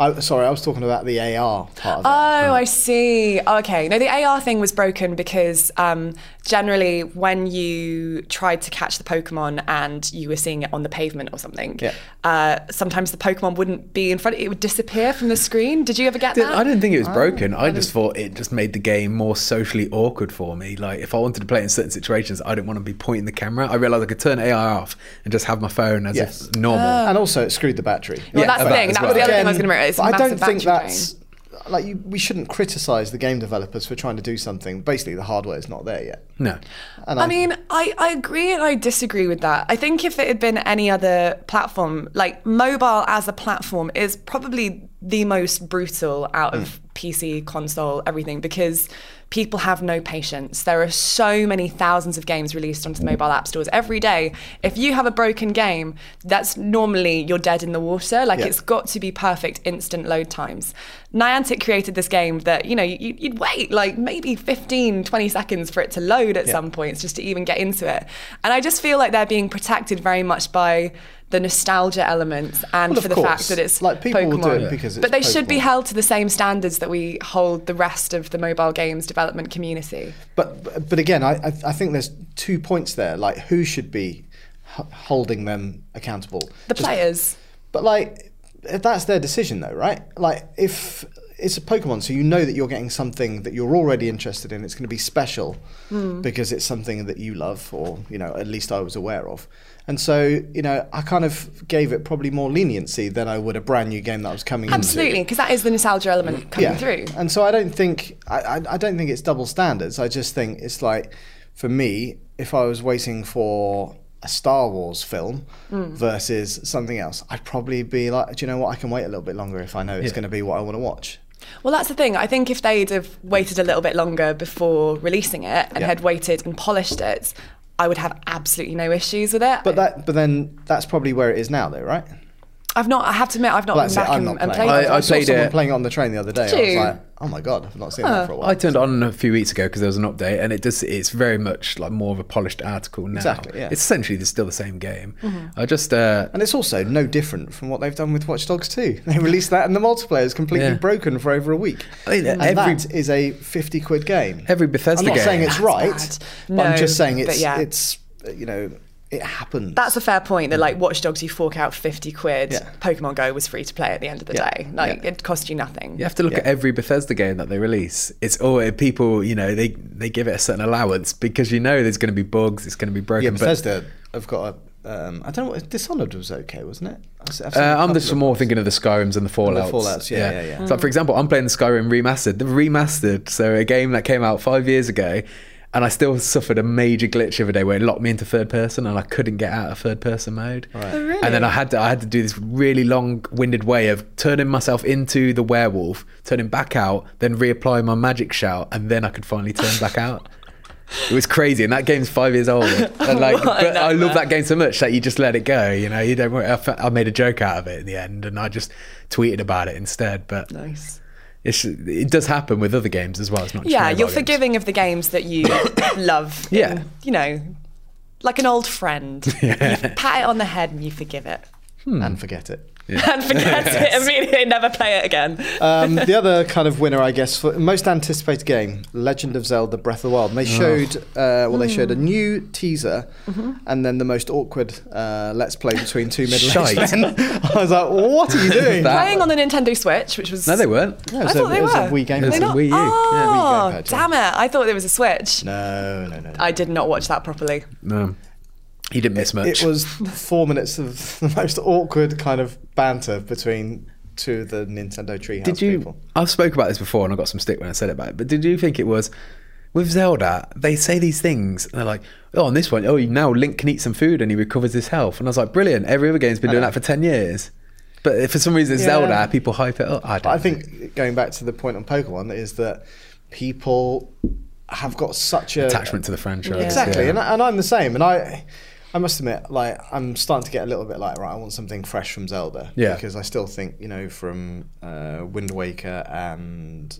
[SPEAKER 1] I, sorry, I was talking about the AR part of it.
[SPEAKER 3] Oh, I see. Oh, okay. No, the AR thing was broken because um, generally, when you tried to catch the Pokemon and you were seeing it on the pavement or something,
[SPEAKER 1] Yeah.
[SPEAKER 3] uh, sometimes the Pokemon wouldn't be in front. It would disappear from the screen. Did you ever get
[SPEAKER 2] Did-
[SPEAKER 3] that?
[SPEAKER 2] I didn't think it was broken. I just thought it just made the game more socially awkward for me. Like if I wanted to play it in certain situations, I didn't want to be pointing the camera. I realized I could turn AR off and just have my phone as
[SPEAKER 1] Yes. Uh,
[SPEAKER 2] if normal.
[SPEAKER 3] Uh,
[SPEAKER 1] and also, it screwed the battery.
[SPEAKER 3] Well,
[SPEAKER 2] yeah,
[SPEAKER 3] that's the
[SPEAKER 2] about
[SPEAKER 3] thing.
[SPEAKER 2] as
[SPEAKER 3] That
[SPEAKER 2] well.
[SPEAKER 3] was the other thing I was going to remember. It's
[SPEAKER 1] But I don't
[SPEAKER 3] massive
[SPEAKER 1] think
[SPEAKER 3] battery drain.
[SPEAKER 1] that's like you, we shouldn't criticize the game developers for trying to do something. Basically, the hardware is not there yet.
[SPEAKER 2] no.
[SPEAKER 1] And
[SPEAKER 3] I mean, I, I agree and I disagree with that. I think if it had been any other platform, like mobile as a platform is probably the most brutal out
[SPEAKER 1] Hmm.
[SPEAKER 3] of PC, console, everything, because people have no patience. There are so many thousands of games released onto the mobile app stores every day. If you have a broken game, that's normally you're dead in the water. Like
[SPEAKER 1] Yeah.
[SPEAKER 3] it's got to be perfect instant load times. Niantic created this game that, you know, you, you'd wait like maybe 15, 20 seconds for it to load at some points just to even get into it. And I just feel like they're being protected very much by the nostalgia elements and
[SPEAKER 1] Well, of
[SPEAKER 3] for the
[SPEAKER 1] course.
[SPEAKER 3] fact that it's
[SPEAKER 1] Like, people will
[SPEAKER 3] Pokemon.
[SPEAKER 1] do it because it's
[SPEAKER 3] but they should be
[SPEAKER 1] Pokemon.
[SPEAKER 3] held to the same standards that we hold the rest of the mobile games development community.
[SPEAKER 1] But but again, I I I think there's two points there. Like who should be h- holding them accountable?
[SPEAKER 3] The
[SPEAKER 1] Just-
[SPEAKER 3] players.
[SPEAKER 1] But like if that's their decision though, right? Like if it's a Pokemon, so you know that you're getting something that you're already interested in. It's going to be special because it's something that you love, or you know, at least I was aware of. And so, you know, I kind of gave it probably more leniency than I would a brand new game that I was coming into.
[SPEAKER 3] Absolutely, because that is the nostalgia element coming through.
[SPEAKER 1] And so I don't think I, I, I don't think it's double standards. I just think it's like for me, if I was waiting for a Star Wars film
[SPEAKER 3] Hmm.
[SPEAKER 1] versus something else, I'd probably be like, do you know what? I can wait a little bit longer if I know it's going to be what I want to watch.
[SPEAKER 3] Well, that's the thing. I think if they'd have waited a little bit longer before releasing it and
[SPEAKER 1] Yeah.
[SPEAKER 3] had waited and polished it, I would have absolutely no issues with it.
[SPEAKER 1] But that, but then that's probably where it is now, though, right?
[SPEAKER 3] I've not. I have to admit, I've not
[SPEAKER 1] That's
[SPEAKER 3] been
[SPEAKER 1] it,
[SPEAKER 3] back
[SPEAKER 1] I'm
[SPEAKER 3] and,
[SPEAKER 1] not
[SPEAKER 3] and
[SPEAKER 1] playing.
[SPEAKER 3] played.
[SPEAKER 2] I-
[SPEAKER 3] it.
[SPEAKER 1] I,
[SPEAKER 2] I
[SPEAKER 1] saw
[SPEAKER 2] played
[SPEAKER 1] someone
[SPEAKER 2] it-
[SPEAKER 1] playing it on the train the other day.
[SPEAKER 3] Did
[SPEAKER 1] I was
[SPEAKER 3] you?
[SPEAKER 1] like, oh my god, I've not seen that for a while.
[SPEAKER 2] I turned it on a few weeks ago because there was an update, and it does. It's very much like more of a polished article now.
[SPEAKER 1] Exactly, yeah. Mm-hmm.
[SPEAKER 2] It's essentially the- still the same game. I just uh,
[SPEAKER 1] And it's also no different from what they've done with Watch Dogs 2. (laughs) They released that and the multiplayer is completely
[SPEAKER 2] Yeah.
[SPEAKER 1] broken for over a week.
[SPEAKER 2] I mean,
[SPEAKER 1] and
[SPEAKER 2] every-
[SPEAKER 1] that is a 50 quid game.
[SPEAKER 2] Every Bethesda
[SPEAKER 1] I'm not
[SPEAKER 2] game.
[SPEAKER 1] saying it's
[SPEAKER 3] That's
[SPEAKER 1] right,
[SPEAKER 3] bad.
[SPEAKER 1] but I'm
[SPEAKER 3] No,
[SPEAKER 1] just saying
[SPEAKER 3] but
[SPEAKER 1] it's,
[SPEAKER 3] yeah.
[SPEAKER 1] it's uh, you know, it happens.
[SPEAKER 3] That's a fair point. That like Watch Dogs, you fork out fifty quid.
[SPEAKER 1] Yeah.
[SPEAKER 3] Pokemon Go was free to play at the end of the
[SPEAKER 1] Yeah.
[SPEAKER 3] day. Like
[SPEAKER 1] Yeah.
[SPEAKER 3] it cost you
[SPEAKER 2] (laughs)
[SPEAKER 3] nothing.
[SPEAKER 2] you have to look at
[SPEAKER 1] Yeah.
[SPEAKER 2] every Bethesda game that they release. It's all people, you know, they they give it a certain allowance because you know there's going to be bugs, it's going to be broken.
[SPEAKER 1] yeah,
[SPEAKER 2] but-
[SPEAKER 1] Bethesda have got a, um, I don't know, what, Dishonored was okay, wasn't it? I've seen- I've seen a
[SPEAKER 2] Uh, I'm
[SPEAKER 1] couple
[SPEAKER 2] just
[SPEAKER 1] of
[SPEAKER 2] more
[SPEAKER 1] ones.
[SPEAKER 2] thinking of the Skyrims and the Fallouts.
[SPEAKER 1] Fallouts, yeah, yeah, yeah.
[SPEAKER 2] So, for example, I'm playing the Skyrim remastered. The remastered, so a game that came out five years ago, and I still suffered a major glitch the other day where it locked me into third person, and I couldn't get out of third person mode.
[SPEAKER 1] Right. Oh,
[SPEAKER 3] really?
[SPEAKER 2] And then I had to, I had to do this really long-winded way of turning myself into the werewolf, turning back out, then reapplying my magic shout, and then I could finally turn back
[SPEAKER 3] (laughs)
[SPEAKER 2] out. It was crazy, and that game's five years old. And like,
[SPEAKER 3] What a
[SPEAKER 2] but I love
[SPEAKER 3] nightmare.
[SPEAKER 2] that game so much that you just let it go. You know, you don't. Worry. I, fe- I made a joke out of it in the end, and I just tweeted about it instead. But
[SPEAKER 3] Nice.
[SPEAKER 2] it's, it does happen with other games as well. It's not. Just
[SPEAKER 3] Yeah,
[SPEAKER 2] mobile
[SPEAKER 3] you're
[SPEAKER 2] games.
[SPEAKER 3] forgiving of the games
[SPEAKER 1] (coughs)
[SPEAKER 3] that you (coughs) love.
[SPEAKER 2] Yeah.
[SPEAKER 3] in, you know, like an
[SPEAKER 1] (laughs)
[SPEAKER 3] old friend. You pat it on the head and you forgive it.
[SPEAKER 2] Hmm.
[SPEAKER 1] And forget it.
[SPEAKER 3] (laughs) and forget it immediately, never play it again.
[SPEAKER 1] um, the other kind of winner, I guess, for most anticipated game, Legend of Zelda: Breath of the Wild. And
[SPEAKER 2] Oh.
[SPEAKER 1] they showed, uh, well, they
[SPEAKER 3] Hmm.
[SPEAKER 1] showed a new teaser,
[SPEAKER 3] Mm-hmm.
[SPEAKER 1] and then the most awkward uh, let's play between two middle-aged
[SPEAKER 2] Shite.
[SPEAKER 1] men. (laughs) I was like, what are you doing?
[SPEAKER 2] That-
[SPEAKER 3] Playing on the Nintendo Switch, which was
[SPEAKER 2] No, they weren't.
[SPEAKER 1] No, it
[SPEAKER 3] I
[SPEAKER 1] was a-
[SPEAKER 3] thought they
[SPEAKER 1] it was a
[SPEAKER 3] were.
[SPEAKER 1] Wii game.
[SPEAKER 2] It was
[SPEAKER 3] They're
[SPEAKER 2] a
[SPEAKER 3] not?
[SPEAKER 2] Wii U. Yeah,
[SPEAKER 3] Oh,
[SPEAKER 1] Wii gamepad, yeah.
[SPEAKER 3] damn it! I thought it was a Switch.
[SPEAKER 1] No, no, no. no.
[SPEAKER 3] I did not watch that properly.
[SPEAKER 2] No, you didn't miss much.
[SPEAKER 1] It was four minutes of (laughs) the most awkward kind of banter between two of the Nintendo Treehouse
[SPEAKER 2] Did you?
[SPEAKER 1] people.
[SPEAKER 2] I've spoke about this before, and I got some stick when I said it about it. But did you think it was with Zelda? They say these things, and they're like, "Oh, on this one, oh, now Link can eat some food, and he recovers his health." And I was like, "Brilliant! Every other game's been doing that for ten years." But for some reason, it's
[SPEAKER 1] Yeah.
[SPEAKER 2] Zelda. People hype it up. I,
[SPEAKER 1] But
[SPEAKER 2] don't
[SPEAKER 1] I
[SPEAKER 2] know.
[SPEAKER 1] think going back to the point on Pokemon is that people have got such a
[SPEAKER 2] attachment to the franchise.
[SPEAKER 1] Exactly,
[SPEAKER 2] yeah.
[SPEAKER 1] and, I, and I'm the same. And I, I must admit, like I'm starting to get a little bit like right. I want something fresh from Zelda,
[SPEAKER 2] Yeah.
[SPEAKER 1] Because I still think you know from uh, Wind Waker and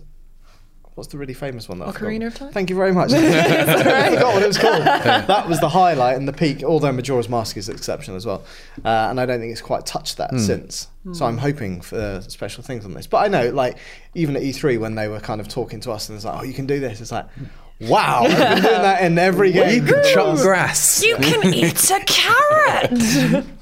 [SPEAKER 1] what's the really famous one that I've
[SPEAKER 3] Ocarina
[SPEAKER 1] forgotten?
[SPEAKER 3] of Time?
[SPEAKER 1] Thank you very
[SPEAKER 3] (laughs)
[SPEAKER 1] much. I forgot what it was called. That was the highlight and the peak. Although Majora's Mask is exceptional as well, uh, and I don't think it's quite touched
[SPEAKER 2] Hmm.
[SPEAKER 1] that since. So
[SPEAKER 3] Hmm.
[SPEAKER 1] I'm hoping for special things on this. But I know, like even at E3 when they were kind of talking to us and it's like, oh, you can do this. It's like. Wow, I've been doing that in
[SPEAKER 2] (laughs)
[SPEAKER 1] every game.
[SPEAKER 2] you can chop grass.
[SPEAKER 3] You can eat a carrot.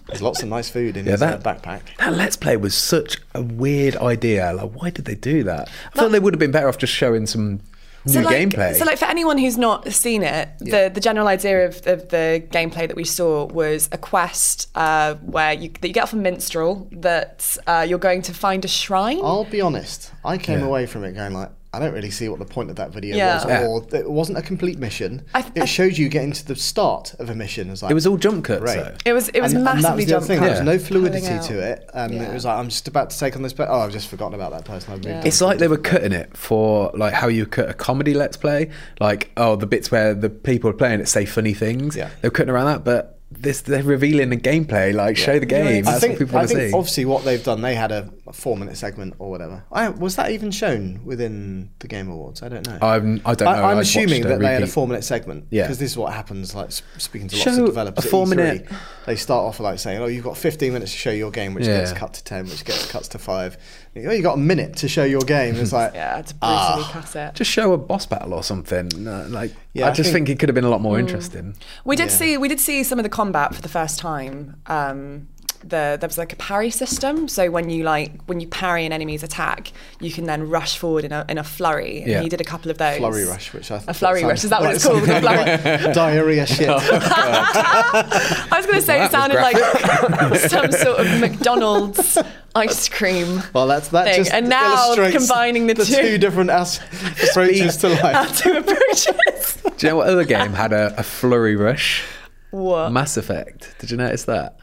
[SPEAKER 1] There's lots of nice food in
[SPEAKER 2] Yeah,
[SPEAKER 1] his uh,
[SPEAKER 2] that-
[SPEAKER 1] backpack.
[SPEAKER 2] that Let's Play was such a weird idea. Like, why did they do that? I thought they would have been better off just showing some new
[SPEAKER 3] like,
[SPEAKER 2] gameplay.
[SPEAKER 3] So, like for anyone who's not seen it, the, the general idea of, of the gameplay that we saw was a quest uh, where you that you get off a minstrel that uh, you're going to find a shrine.
[SPEAKER 1] I'll be honest, I came
[SPEAKER 2] Yeah.
[SPEAKER 1] away from it going like, I don't really see what the point of that video
[SPEAKER 3] Yeah.
[SPEAKER 1] was,
[SPEAKER 2] Yeah.
[SPEAKER 1] or it wasn't a complete mission.
[SPEAKER 3] I th- I-
[SPEAKER 1] it showed you getting to the start of a mission. It was, like,
[SPEAKER 2] it was all jump cuts.
[SPEAKER 1] Right.
[SPEAKER 2] Though.
[SPEAKER 3] It was it was
[SPEAKER 1] and, and
[SPEAKER 3] massively
[SPEAKER 1] that was the other
[SPEAKER 3] jump
[SPEAKER 1] thing. There was
[SPEAKER 3] cut.
[SPEAKER 1] no fluidity
[SPEAKER 3] Pulling out.
[SPEAKER 1] to it, and
[SPEAKER 3] Yeah.
[SPEAKER 1] it was like, I'm just about to take on this, but oh, I've just forgotten about that person. I've moved on.
[SPEAKER 2] It's like they were cutting it for like how you cut a comedy let's play, like oh the bits where the people are playing it say funny things.
[SPEAKER 1] Yeah.
[SPEAKER 2] They're cutting around that, but this they're revealing the gameplay. Like show the game.
[SPEAKER 1] I
[SPEAKER 2] That's
[SPEAKER 1] think,
[SPEAKER 2] what people
[SPEAKER 1] I
[SPEAKER 2] want to
[SPEAKER 1] think
[SPEAKER 2] see.
[SPEAKER 1] obviously what they've done, they had a, a four minute segment or whatever. I, was that even shown within the Game Awards? I don't know.
[SPEAKER 2] I'm, I don't know.
[SPEAKER 1] I, am
[SPEAKER 2] I've
[SPEAKER 1] assuming
[SPEAKER 2] watched a
[SPEAKER 1] that they had a
[SPEAKER 2] repeat.
[SPEAKER 1] four minute segment.
[SPEAKER 2] Yeah.
[SPEAKER 1] Because this is what happens, like s- speaking to lots
[SPEAKER 2] Show
[SPEAKER 1] of
[SPEAKER 2] a
[SPEAKER 1] developers. at
[SPEAKER 2] four-minute-
[SPEAKER 1] E3, They start off like saying, oh, you've got 15 minutes to show your game, which
[SPEAKER 2] Yeah.
[SPEAKER 1] gets cut to 10, which gets cut to 5. And you go, oh, you've got a minute to show your game. It's like,
[SPEAKER 3] (laughs) Yeah, it's brutally cut it.
[SPEAKER 2] Just show a boss battle or something. No, like,
[SPEAKER 1] Yeah,
[SPEAKER 2] I
[SPEAKER 1] I
[SPEAKER 2] just
[SPEAKER 1] think-
[SPEAKER 2] think, it could have been a lot
[SPEAKER 3] Mm.
[SPEAKER 2] more interesting.
[SPEAKER 3] We did see we did see some of the combat for the first time. Um, the, there was like a parry system, so when you like when you parry an enemy's attack, you can then rush forward in a in a flurry. And
[SPEAKER 2] Yeah.
[SPEAKER 3] he did a couple of those.
[SPEAKER 1] flurry rush, which I think
[SPEAKER 3] A flurry rush. Is that what it's called? A flurry. Oh.
[SPEAKER 1] Diarrhea shit.
[SPEAKER 3] (laughs) I was going to say
[SPEAKER 2] That
[SPEAKER 3] it sounded
[SPEAKER 2] was
[SPEAKER 3] like (laughs) some sort of McDonald's ice cream.
[SPEAKER 1] Well, that's that
[SPEAKER 3] Thing.
[SPEAKER 1] just
[SPEAKER 3] And now
[SPEAKER 1] illustrates
[SPEAKER 3] combining the two-
[SPEAKER 1] two.
[SPEAKER 3] (laughs)
[SPEAKER 1] different as- approaches to
[SPEAKER 3] How
[SPEAKER 1] life.
[SPEAKER 3] to approach
[SPEAKER 1] (laughs)
[SPEAKER 3] it.
[SPEAKER 2] Do you know what other game had a, a flurry rush?
[SPEAKER 3] What?
[SPEAKER 2] Mass Effect. Did you notice that?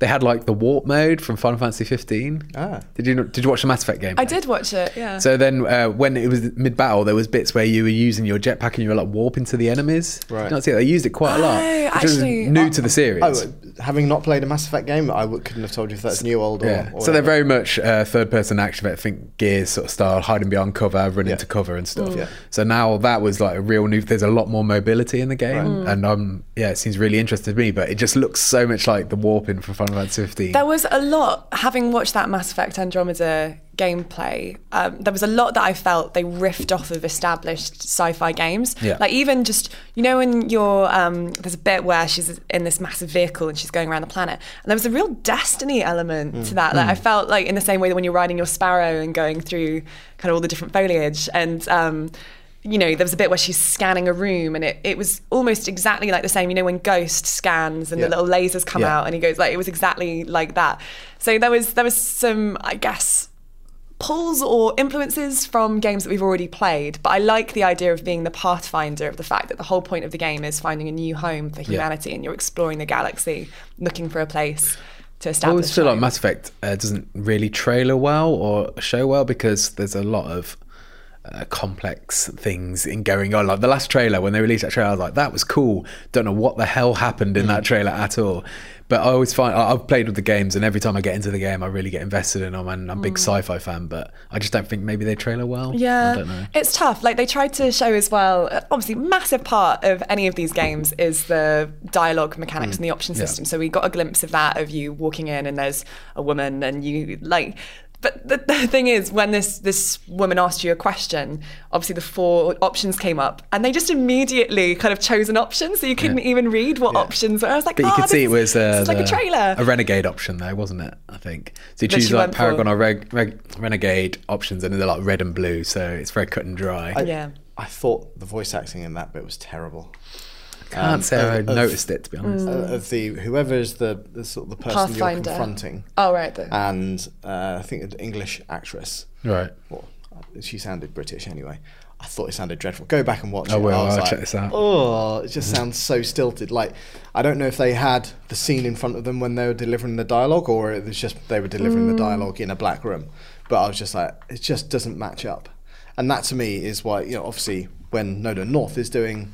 [SPEAKER 2] They had like the warp mode from Final Fantasy 15.
[SPEAKER 1] Ah.
[SPEAKER 2] Did you did you watch the Mass Effect game?
[SPEAKER 3] I did watch it. Yeah.
[SPEAKER 2] So then, uh, when it was mid battle, there was bits where you were using your jetpack and you were like warping to the enemies. Did you
[SPEAKER 1] Right.
[SPEAKER 2] not see that? They used it quite a lot.
[SPEAKER 3] Oh,
[SPEAKER 2] which was
[SPEAKER 3] actually,
[SPEAKER 2] new
[SPEAKER 3] I-
[SPEAKER 2] to the series.
[SPEAKER 1] Oh, having not played a Mass Effect game, I w- couldn't have told you if that's new, old, or-
[SPEAKER 2] yeah.
[SPEAKER 1] or.
[SPEAKER 2] so they're very much uh, third person action. I think Gears sort of style, hiding behind cover, running
[SPEAKER 1] Yeah. Mm.
[SPEAKER 2] to cover and stuff.
[SPEAKER 1] Yeah.
[SPEAKER 2] So now that was like a real new. There's a lot more mobility in the game, and um, yeah, it seems really interesting to me. But it just looks so much like the warping from Final Fantasy 15.
[SPEAKER 3] There was a lot, having watched that Mass Effect Andromeda gameplay, um, there was a lot that I felt they riffed off of established sci fi games.
[SPEAKER 2] Yeah.
[SPEAKER 3] Like, even just, you know, when you're, um, there's a bit where she's in this massive vehicle and she's going around the planet. And there was a real destiny element to that. Like, I felt like in the same way that when you're riding your sparrow and going through kind of all the different foliage and, um, you know, there was a bit where she's scanning a room and it, it was almost exactly like the same, you know, when Ghost scans and the
[SPEAKER 1] Yeah.
[SPEAKER 3] little lasers come
[SPEAKER 2] Yeah.
[SPEAKER 3] out and he goes like it was exactly like that so there was there was some i guess pulls or influences from games that we've already played but i like the idea of being the pathfinder of the fact that the whole point of the game is finding a new home for humanity and you're exploring the galaxy looking for a place to
[SPEAKER 2] I
[SPEAKER 3] establish
[SPEAKER 2] always feel like
[SPEAKER 3] life.
[SPEAKER 2] Mass Effect uh, doesn't really trailer well or show well because there's a lot of uh, complex things in going on. Like the last trailer, when they released that trailer, I was like, "That was cool." Don't know what the hell happened in that trailer at all. But I always find I, I've played with the games, and every time I get into the game, I really get invested in them. And I'm a big sci-fi fan, but I just don't think maybe they trailer well.
[SPEAKER 3] Yeah,
[SPEAKER 2] I don't know.
[SPEAKER 3] it's tough. Like they tried to show as well. uh, Obviously, massive part of any of these games is the dialogue mechanics
[SPEAKER 2] Mm.
[SPEAKER 3] and the option system. So we got a glimpse of that of you walking in and there's a woman and you like. But the, the thing is, when this this woman asked you a question, obviously the four options came up, and they just immediately kind of chose an option, so you couldn't even read what options were. I was like,
[SPEAKER 2] But you
[SPEAKER 3] "Ah,
[SPEAKER 2] could see it was
[SPEAKER 3] this-
[SPEAKER 2] uh,
[SPEAKER 3] this is like a
[SPEAKER 2] the-
[SPEAKER 3] trailer.
[SPEAKER 2] a renegade option there, wasn't it? I think so. You
[SPEAKER 3] That
[SPEAKER 2] choose
[SPEAKER 3] you
[SPEAKER 2] like
[SPEAKER 3] went for.
[SPEAKER 2] Paragon or reg, reg, renegade options, and they're like red and blue, so it's very cut and dry.
[SPEAKER 1] I-
[SPEAKER 3] yeah.
[SPEAKER 1] I thought the voice acting in that bit was terrible.
[SPEAKER 2] can't
[SPEAKER 1] um,
[SPEAKER 2] say I
[SPEAKER 1] of-
[SPEAKER 2] noticed it to be honest.
[SPEAKER 1] Uh, of the whoever's the, the sort of the person you're
[SPEAKER 3] Pathfinder.
[SPEAKER 1] confronting,
[SPEAKER 3] Oh right, the,
[SPEAKER 1] and uh, I think an English actress.
[SPEAKER 3] Mm.
[SPEAKER 2] Right.
[SPEAKER 1] Well, she sounded British anyway. I thought it sounded dreadful. Go back and watch
[SPEAKER 2] I
[SPEAKER 1] it.
[SPEAKER 2] will,
[SPEAKER 1] was
[SPEAKER 2] Oh, I'll
[SPEAKER 1] like,
[SPEAKER 2] check this out.
[SPEAKER 1] Oh, it just sounds so stilted. Like I don't know if they had the scene in front of them when they were delivering the dialogue, or it was just they were delivering the
[SPEAKER 3] Mm.
[SPEAKER 1] dialogue in a black room. But I was just like, it just doesn't match up. And that to me is why you know, obviously, when Noda North is doing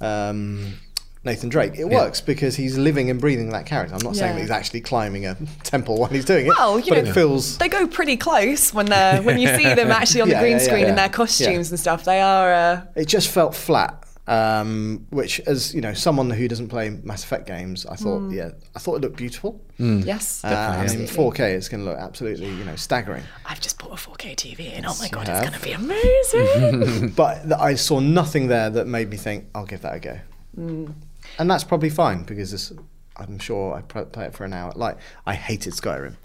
[SPEAKER 1] um, Nathan Drake, it works because he's living and breathing that character. I'm not saying that
[SPEAKER 3] Yeah.
[SPEAKER 1] he's actually climbing a (laughs) temple while he's doing it,
[SPEAKER 3] Well, you
[SPEAKER 1] but
[SPEAKER 3] know-
[SPEAKER 1] it feels
[SPEAKER 3] they go pretty close when they're when you see
[SPEAKER 2] (laughs)
[SPEAKER 3] them actually on the
[SPEAKER 1] Yeah,
[SPEAKER 3] green
[SPEAKER 1] yeah, yeah,
[SPEAKER 3] screen in
[SPEAKER 1] yeah.
[SPEAKER 3] their costumes and stuff. They are. Uh,
[SPEAKER 1] it just felt flat. Um, which, as you know, someone who doesn't play Mass Effect games, I thought, yeah, I thought it looked beautiful.
[SPEAKER 3] Yes.
[SPEAKER 1] Uh, and in 4K, it's going to look absolutely, you know, staggering. (laughs)
[SPEAKER 3] I've just bought a 4K TV and oh my god, it's going to be (laughs) amazing.
[SPEAKER 1] But th- I saw nothing there that made me think I'll give that a go. And that's probably fine because this, I'm sure I pr- play it for an hour. Like I hated Skyrim,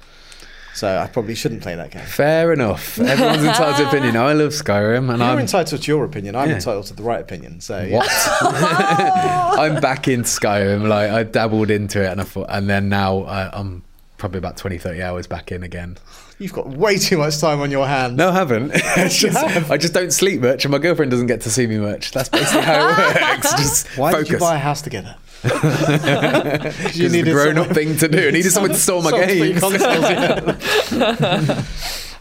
[SPEAKER 1] so I probably shouldn't play that game.
[SPEAKER 2] Fair
[SPEAKER 3] (laughs)
[SPEAKER 2] enough. Everyone's entitled to opinion. I love Skyrim, and
[SPEAKER 1] You're
[SPEAKER 2] I'm
[SPEAKER 1] entitled to your opinion. I'm entitled to the right opinion. So yeah.
[SPEAKER 2] Um, (laughs)
[SPEAKER 3] (laughs)
[SPEAKER 2] what? I'm back in Skyrim. Like I dabbled into it, and I thought, and then now I, I'm probably about 20, 30 hours back in again.
[SPEAKER 1] you've got way too much time on your hands.
[SPEAKER 2] No, I haven't. (laughs) It's just- I just don't sleep much, and my girlfriend doesn't get to see me much. That's basically how
[SPEAKER 1] (laughs)
[SPEAKER 2] it works. Just
[SPEAKER 1] Why
[SPEAKER 2] focus.
[SPEAKER 1] did you buy a house
[SPEAKER 2] (laughs)
[SPEAKER 1] together? (laughs) 'Cause you
[SPEAKER 2] it's a
[SPEAKER 1] needed (laughs)
[SPEAKER 2] grown-up
[SPEAKER 1] someone-
[SPEAKER 2] thing to do. I needed someone to store my
[SPEAKER 1] Someone for your
[SPEAKER 2] games.
[SPEAKER 1] consoles,
[SPEAKER 2] (laughs)
[SPEAKER 1] yeah.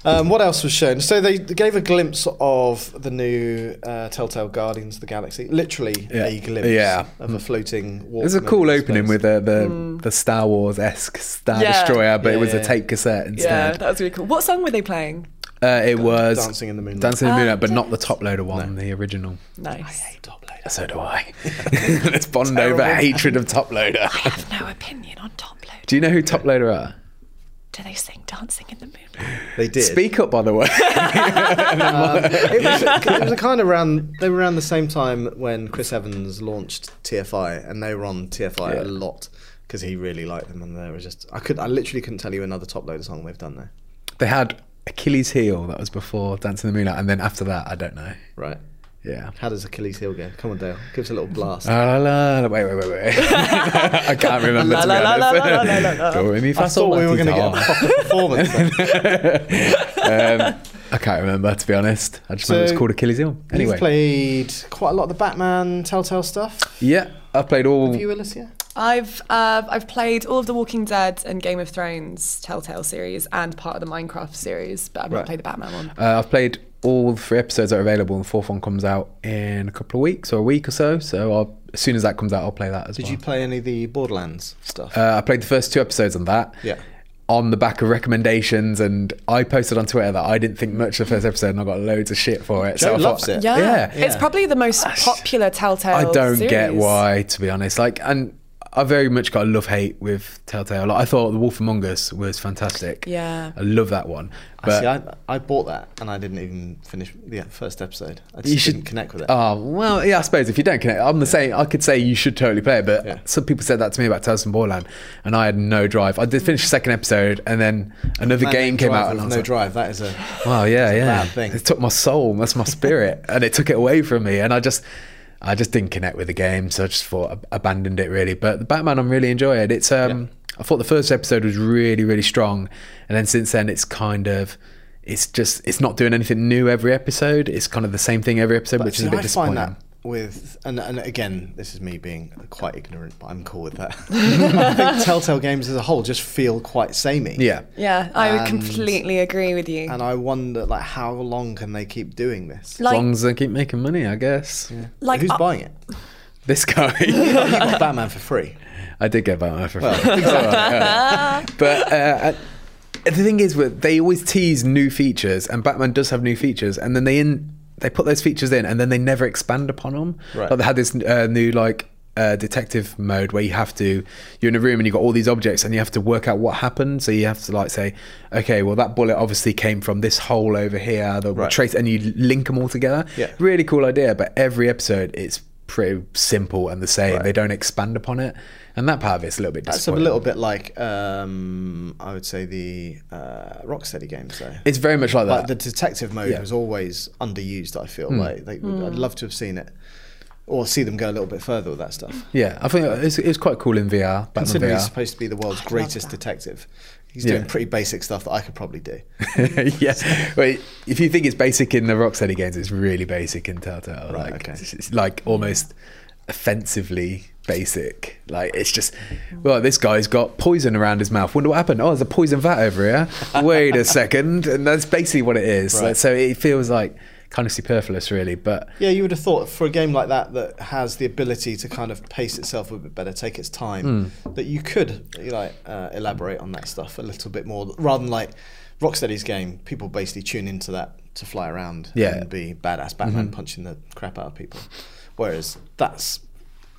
[SPEAKER 1] Um, what else was shown? So they gave a glimpse of the new uh, Telltale Guardians of the Galaxy. Literally
[SPEAKER 2] Yeah.
[SPEAKER 1] a glimpse
[SPEAKER 2] Yeah.
[SPEAKER 1] of a floating. wall.
[SPEAKER 2] (laughs) There's a cool opening with the the, the Star Wars esque Star
[SPEAKER 3] Yeah.
[SPEAKER 2] Destroyer, but
[SPEAKER 1] Hmm. Yeah,
[SPEAKER 2] it was
[SPEAKER 1] yeah.
[SPEAKER 2] a tape cassette
[SPEAKER 3] Yeah,
[SPEAKER 2] instead.
[SPEAKER 3] that was really cool. What song were they playing?
[SPEAKER 2] Uh, it was
[SPEAKER 1] Dancing in the Moonlight.
[SPEAKER 2] Dancing in the
[SPEAKER 3] Ah,
[SPEAKER 2] Moonlight, but
[SPEAKER 3] yeah.
[SPEAKER 2] not the top loader one, the original.
[SPEAKER 3] Nice.
[SPEAKER 2] Top loader. So
[SPEAKER 1] (laughs)
[SPEAKER 2] do I. (laughs) Let's bond over hatred of top loader.
[SPEAKER 3] I have no opinion on Top Load.
[SPEAKER 2] Do you know who top loader are?
[SPEAKER 3] Do they sing Dancing in the Moonlight?
[SPEAKER 1] They did. Um,
[SPEAKER 2] Speak up, by the
[SPEAKER 1] (laughs)
[SPEAKER 2] way. (laughs) Um,
[SPEAKER 1] it, was, it was a kind of around. They were around the same time when Chris Evans launched TFI, and they were on TFI
[SPEAKER 2] Yeah.
[SPEAKER 1] a lot because he really liked them, and there was just I could I literally couldn't tell you another top loader song they've done there.
[SPEAKER 2] they had Achilles heel that was before Dancing in the Moonlight, and then after that, I don't know.
[SPEAKER 1] Right.
[SPEAKER 2] Yeah.
[SPEAKER 1] How does Achilles heel go? Come on, Dale. Give us a little
[SPEAKER 2] Uh,
[SPEAKER 1] blast.
[SPEAKER 2] La, la, la, wait, wait, wait, wait. (laughs) I can't remember. to be
[SPEAKER 3] La, la, la,
[SPEAKER 2] honest.
[SPEAKER 3] la, la, la, la, la.
[SPEAKER 2] Do, re, mi,
[SPEAKER 1] I
[SPEAKER 2] fa, sol,
[SPEAKER 1] thought we
[SPEAKER 2] la,
[SPEAKER 1] were
[SPEAKER 2] ti,
[SPEAKER 1] going to get
[SPEAKER 2] ta.
[SPEAKER 1] a proper performance. there.
[SPEAKER 2] (laughs) um, I can't remember to be honest. I just remember
[SPEAKER 1] So-
[SPEAKER 2] it's called Achilles Heel. Anyway,
[SPEAKER 1] You've played quite a lot of the Batman Telltale stuff.
[SPEAKER 2] yeah, I've played all.
[SPEAKER 1] Have you, Alicia?
[SPEAKER 3] I've uh, I've played all of the Walking Dead and Game of Thrones Telltale series and part of the Minecraft series, but I've
[SPEAKER 1] Right.
[SPEAKER 3] not played the Batman one.
[SPEAKER 2] Uh, I've played all the three episodes that are available, and the fourth one comes out in a couple of weeks or a week or so. So I'll, as soon as that comes out, I'll play that as
[SPEAKER 1] Did
[SPEAKER 2] well.
[SPEAKER 1] you play any of the Borderlands stuff?
[SPEAKER 2] Uh, I played the first two episodes on that.
[SPEAKER 1] Yeah.
[SPEAKER 2] On the back of recommendations, and I posted on Twitter that I didn't think much of the first episode, and I got loads of shit for it.
[SPEAKER 1] Joe
[SPEAKER 2] I
[SPEAKER 1] loves it.
[SPEAKER 3] Yeah.
[SPEAKER 2] yeah.
[SPEAKER 3] It's probably the most popular Telltale
[SPEAKER 2] I don't get
[SPEAKER 3] series.
[SPEAKER 2] why, to be honest. Like, and I very much got a love hate with Telltale. Like, I thought The Wolf Among Us was fantastic.
[SPEAKER 3] Yeah.
[SPEAKER 2] I love that one. But
[SPEAKER 1] See, I, I bought that and I didn't even finish the first episode. I just
[SPEAKER 2] you should
[SPEAKER 1] didn't connect with it.
[SPEAKER 2] Oh well, yeah. I suppose if you don't connect, I'm the same. I could say you should totally play it, but
[SPEAKER 1] Yeah.
[SPEAKER 2] some people said that to me about Tales from Borderland, and I had no drive. I did finish the second episode, and then another
[SPEAKER 1] Man,
[SPEAKER 2] game
[SPEAKER 1] no
[SPEAKER 2] came
[SPEAKER 1] drive
[SPEAKER 2] out,
[SPEAKER 1] with
[SPEAKER 2] and I was
[SPEAKER 1] no
[SPEAKER 2] like,
[SPEAKER 1] drive. That is a
[SPEAKER 2] "Wow, yeah, yeah."
[SPEAKER 1] bad thing.
[SPEAKER 2] It took my soul, that's my spirit, (laughs) and it took it away from me, and I just. I just didn't connect with the game, so I just thought ab- abandoned it really. But the Batman, I'm really enjoying. It's um, I thought the first episode was really, really strong, and then since then, it's kind of, it's just, it's not doing anything new every episode. It's kind of the same thing every episode, which
[SPEAKER 1] See,
[SPEAKER 2] is a bit
[SPEAKER 1] I
[SPEAKER 2] disappointing.
[SPEAKER 1] find that with and, and again, this is me being quite ignorant, but I'm cool with that. (laughs) I think Telltale games as a whole just feel quite samey.
[SPEAKER 2] Yeah.
[SPEAKER 3] Yeah, I
[SPEAKER 1] And-
[SPEAKER 3] would completely agree with you.
[SPEAKER 1] And I wonder, like, how long can they keep doing this?
[SPEAKER 2] As
[SPEAKER 3] Like,
[SPEAKER 2] long as they keep making money, I guess.
[SPEAKER 3] like
[SPEAKER 1] Who's
[SPEAKER 3] uh,
[SPEAKER 1] buying
[SPEAKER 3] (laughs)
[SPEAKER 1] it?
[SPEAKER 2] This guy.
[SPEAKER 1] You got Batman for free.
[SPEAKER 2] I did get Batman for free. (laughs) but uh, I- the thing is, with- they always tease new features, and Batman does have new features, and then they in they put those features in, and then they never expand upon them.
[SPEAKER 1] Right.
[SPEAKER 2] Like they had this uh, new like. Uh, detective mode where you have to you're in a room and you've got all these objects and you have to work out what happened so you have to like say okay well that bullet obviously came from this hole over here the
[SPEAKER 1] Right.
[SPEAKER 2] trace and you link them all together
[SPEAKER 1] Yeah.
[SPEAKER 2] really cool idea but every episode it's pretty simple and the same
[SPEAKER 1] Right.
[SPEAKER 2] they don't expand upon it and that part of it's a little bit
[SPEAKER 1] That's a
[SPEAKER 2] disappointing.
[SPEAKER 1] little bit like um, I would say the uh, Rocksteady games, though.
[SPEAKER 2] It's very much like that. Hmm.
[SPEAKER 1] Like the detective mode was always underused. I feel like they,
[SPEAKER 3] Hmm.
[SPEAKER 1] I'd love to have seen it or see them go a little bit further with that stuff.
[SPEAKER 2] yeah, I think it's, it's quite cool in VR. Batman
[SPEAKER 1] Considering he's
[SPEAKER 2] VR.
[SPEAKER 1] supposed to be the world's greatest detective, he's doing
[SPEAKER 2] Yeah.
[SPEAKER 1] pretty basic stuff that I could probably
[SPEAKER 2] (laughs)
[SPEAKER 1] do.
[SPEAKER 2] yeah. Well, if you think it's basic in the Rocksteady games, it's really basic in Telltale.
[SPEAKER 1] Right,
[SPEAKER 2] like,
[SPEAKER 1] okay.
[SPEAKER 2] it's, it's like almost offensively basic. Like it's just, well, this guy's got poison around his mouth. Wonder what happened. Oh, there's a poison vat over here. Wait a second, and that's basically what it is.
[SPEAKER 1] Right.
[SPEAKER 2] So it feels like kind of superfluous, really. But
[SPEAKER 1] Yeah, you would have thought for a game like that that has the ability to kind of pace itself a bit better, take its time,
[SPEAKER 2] Hmm.
[SPEAKER 1] that you could you know, like uh, elaborate on that stuff a little bit more, rather than like Rocksteady's game. People basically tune into that to fly around
[SPEAKER 2] Yeah. Mm-hmm.
[SPEAKER 1] and be badass Batman punching the crap out of people, whereas that's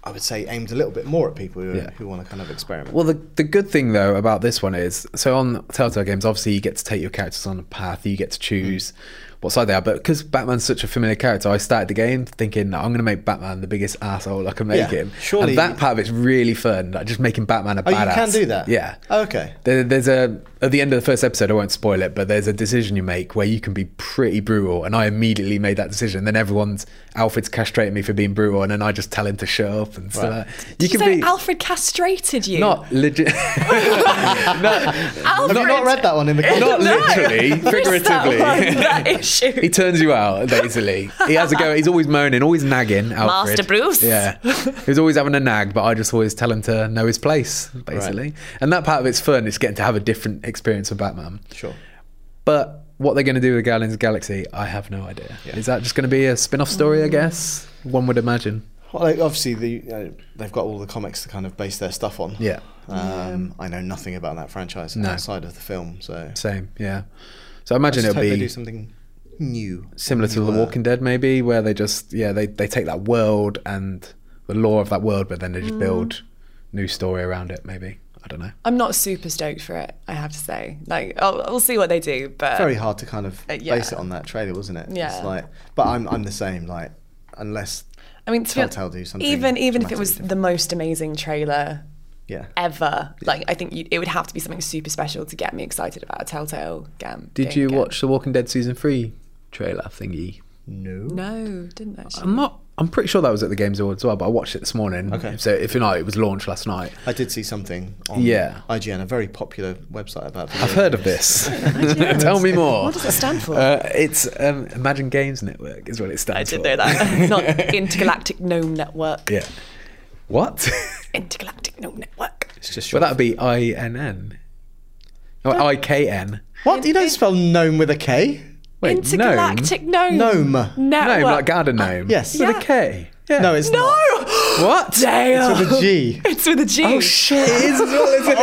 [SPEAKER 1] I would say aimed a little bit more at people who,
[SPEAKER 2] Yeah.
[SPEAKER 1] who want to kind of experiment.
[SPEAKER 2] Well, the, the good thing though about this one is so on Telltale games, obviously you get to take your characters on a path, you get to
[SPEAKER 1] Mm.
[SPEAKER 2] choose what side they are. But because Batman's such a familiar character, I started the game thinking I'm going to make Batman the biggest asshole I can make
[SPEAKER 1] Yeah,
[SPEAKER 2] him.
[SPEAKER 1] surely-
[SPEAKER 2] and that part of it's really fun, like just making Batman a
[SPEAKER 1] oh,
[SPEAKER 2] badass.
[SPEAKER 1] you can do that.
[SPEAKER 2] Yeah.
[SPEAKER 1] Oh, okay.
[SPEAKER 2] There, there's a at the end of the first episode. I won't spoil it, but there's a decision you make where you can be pretty brutal, and I immediately made that decision. Then everyone's Alfred's castrating me for being brutal, and then I just tell him to shut up and stuff. like that.
[SPEAKER 3] did you say Alfred castrated you?
[SPEAKER 1] (laughs)
[SPEAKER 2] not legit.
[SPEAKER 3] Alfred.
[SPEAKER 1] I've not read that
[SPEAKER 2] (laughs)
[SPEAKER 1] one in the
[SPEAKER 2] not
[SPEAKER 1] context. (laughs)
[SPEAKER 2] literally, figuratively. (laughs)
[SPEAKER 3] that issue.
[SPEAKER 2] He turns you out basically. He has a go. He's always moaning, always nagging. Alfred.
[SPEAKER 3] Master Bruce.
[SPEAKER 2] Yeah, he was always having a nag, but I just always tell him to know his place, basically. And that part of it's fun. It's getting to have a different experience with Batman.
[SPEAKER 1] sure.
[SPEAKER 2] But what they're going to do with Guardians of the Galaxy, I have no idea.
[SPEAKER 1] Yeah.
[SPEAKER 2] Is that just going to be a spin-off story? I guess one would imagine.
[SPEAKER 1] Well, like, obviously, the, uh, they've got all the comics to kind of base their stuff on.
[SPEAKER 2] Yeah.
[SPEAKER 1] Um, I know nothing about that franchise
[SPEAKER 2] No.
[SPEAKER 1] outside of the film, so
[SPEAKER 2] Same. Yeah. So I
[SPEAKER 1] I just
[SPEAKER 2] imagine
[SPEAKER 1] hope
[SPEAKER 2] it'll
[SPEAKER 1] they do
[SPEAKER 2] be
[SPEAKER 1] something new,
[SPEAKER 2] similar to The
[SPEAKER 1] newer.
[SPEAKER 2] Walking Dead, maybe, where they just yeah they they take that world and the lore of that world, but then they just
[SPEAKER 3] Mm.
[SPEAKER 2] build new story around it. Maybe I don't know.
[SPEAKER 3] I'm not super stoked for it, I have to say. Like, I'll, we'll see what they do, but
[SPEAKER 1] Very hard to kind of
[SPEAKER 3] Uh, yeah.
[SPEAKER 1] base it on that trailer, wasn't it?
[SPEAKER 3] Yeah.
[SPEAKER 1] It's like, but I'm I'm the same. Like, unless
[SPEAKER 3] I mean, to be
[SPEAKER 1] Telltale do something
[SPEAKER 3] even even if it was
[SPEAKER 1] dramatically
[SPEAKER 3] the most amazing trailer
[SPEAKER 1] yeah,
[SPEAKER 3] ever, like I think you, it would have to be something super special to get me excited about a Telltale game.
[SPEAKER 2] Did
[SPEAKER 3] game
[SPEAKER 2] you
[SPEAKER 3] again.
[SPEAKER 2] watch The Walking Dead season three trailer thingy?
[SPEAKER 1] no,
[SPEAKER 3] No, didn't actually.
[SPEAKER 2] I'm not. I'm pretty sure that was at the Games Awards as well, but I watched it this morning.
[SPEAKER 1] Okay.
[SPEAKER 2] So if you're not, it was launched last night.
[SPEAKER 1] I did see something on
[SPEAKER 2] Yeah.
[SPEAKER 1] IGN, a very popular website about.
[SPEAKER 2] I've heard of (laughs)
[SPEAKER 3] (laughs)
[SPEAKER 2] this. Tell me more.
[SPEAKER 1] Oh.
[SPEAKER 3] What does it
[SPEAKER 1] (laughs)
[SPEAKER 3] stand for?
[SPEAKER 2] Uh, it's um, Imagine Games Network is what it stands
[SPEAKER 3] I
[SPEAKER 2] for.
[SPEAKER 3] did
[SPEAKER 1] (laughs)
[SPEAKER 3] know that. not Intergalactic Gnome Network.
[SPEAKER 2] Yeah. (laughs) What?
[SPEAKER 3] Intergalactic Gnome Network.
[SPEAKER 1] It's just
[SPEAKER 2] well,
[SPEAKER 1] short.
[SPEAKER 2] that would be I N N. Or I K N.
[SPEAKER 1] what you don't spell gnome with a K?
[SPEAKER 2] Wait,
[SPEAKER 3] Intergalactic Gnome.
[SPEAKER 1] Gnome.
[SPEAKER 2] gnome.
[SPEAKER 3] Network. Uh,
[SPEAKER 2] Gnome, like garden gnome.
[SPEAKER 1] yes.
[SPEAKER 2] With
[SPEAKER 3] Yeah.
[SPEAKER 2] a K. Yeah.
[SPEAKER 1] No, it's
[SPEAKER 3] No.
[SPEAKER 1] not. (gasps) (laughs)
[SPEAKER 2] What?
[SPEAKER 3] Damn.
[SPEAKER 1] It's with a
[SPEAKER 3] (laughs)
[SPEAKER 1] G.
[SPEAKER 3] It's with a G. Oh
[SPEAKER 2] Shit, it is as well, isn't it?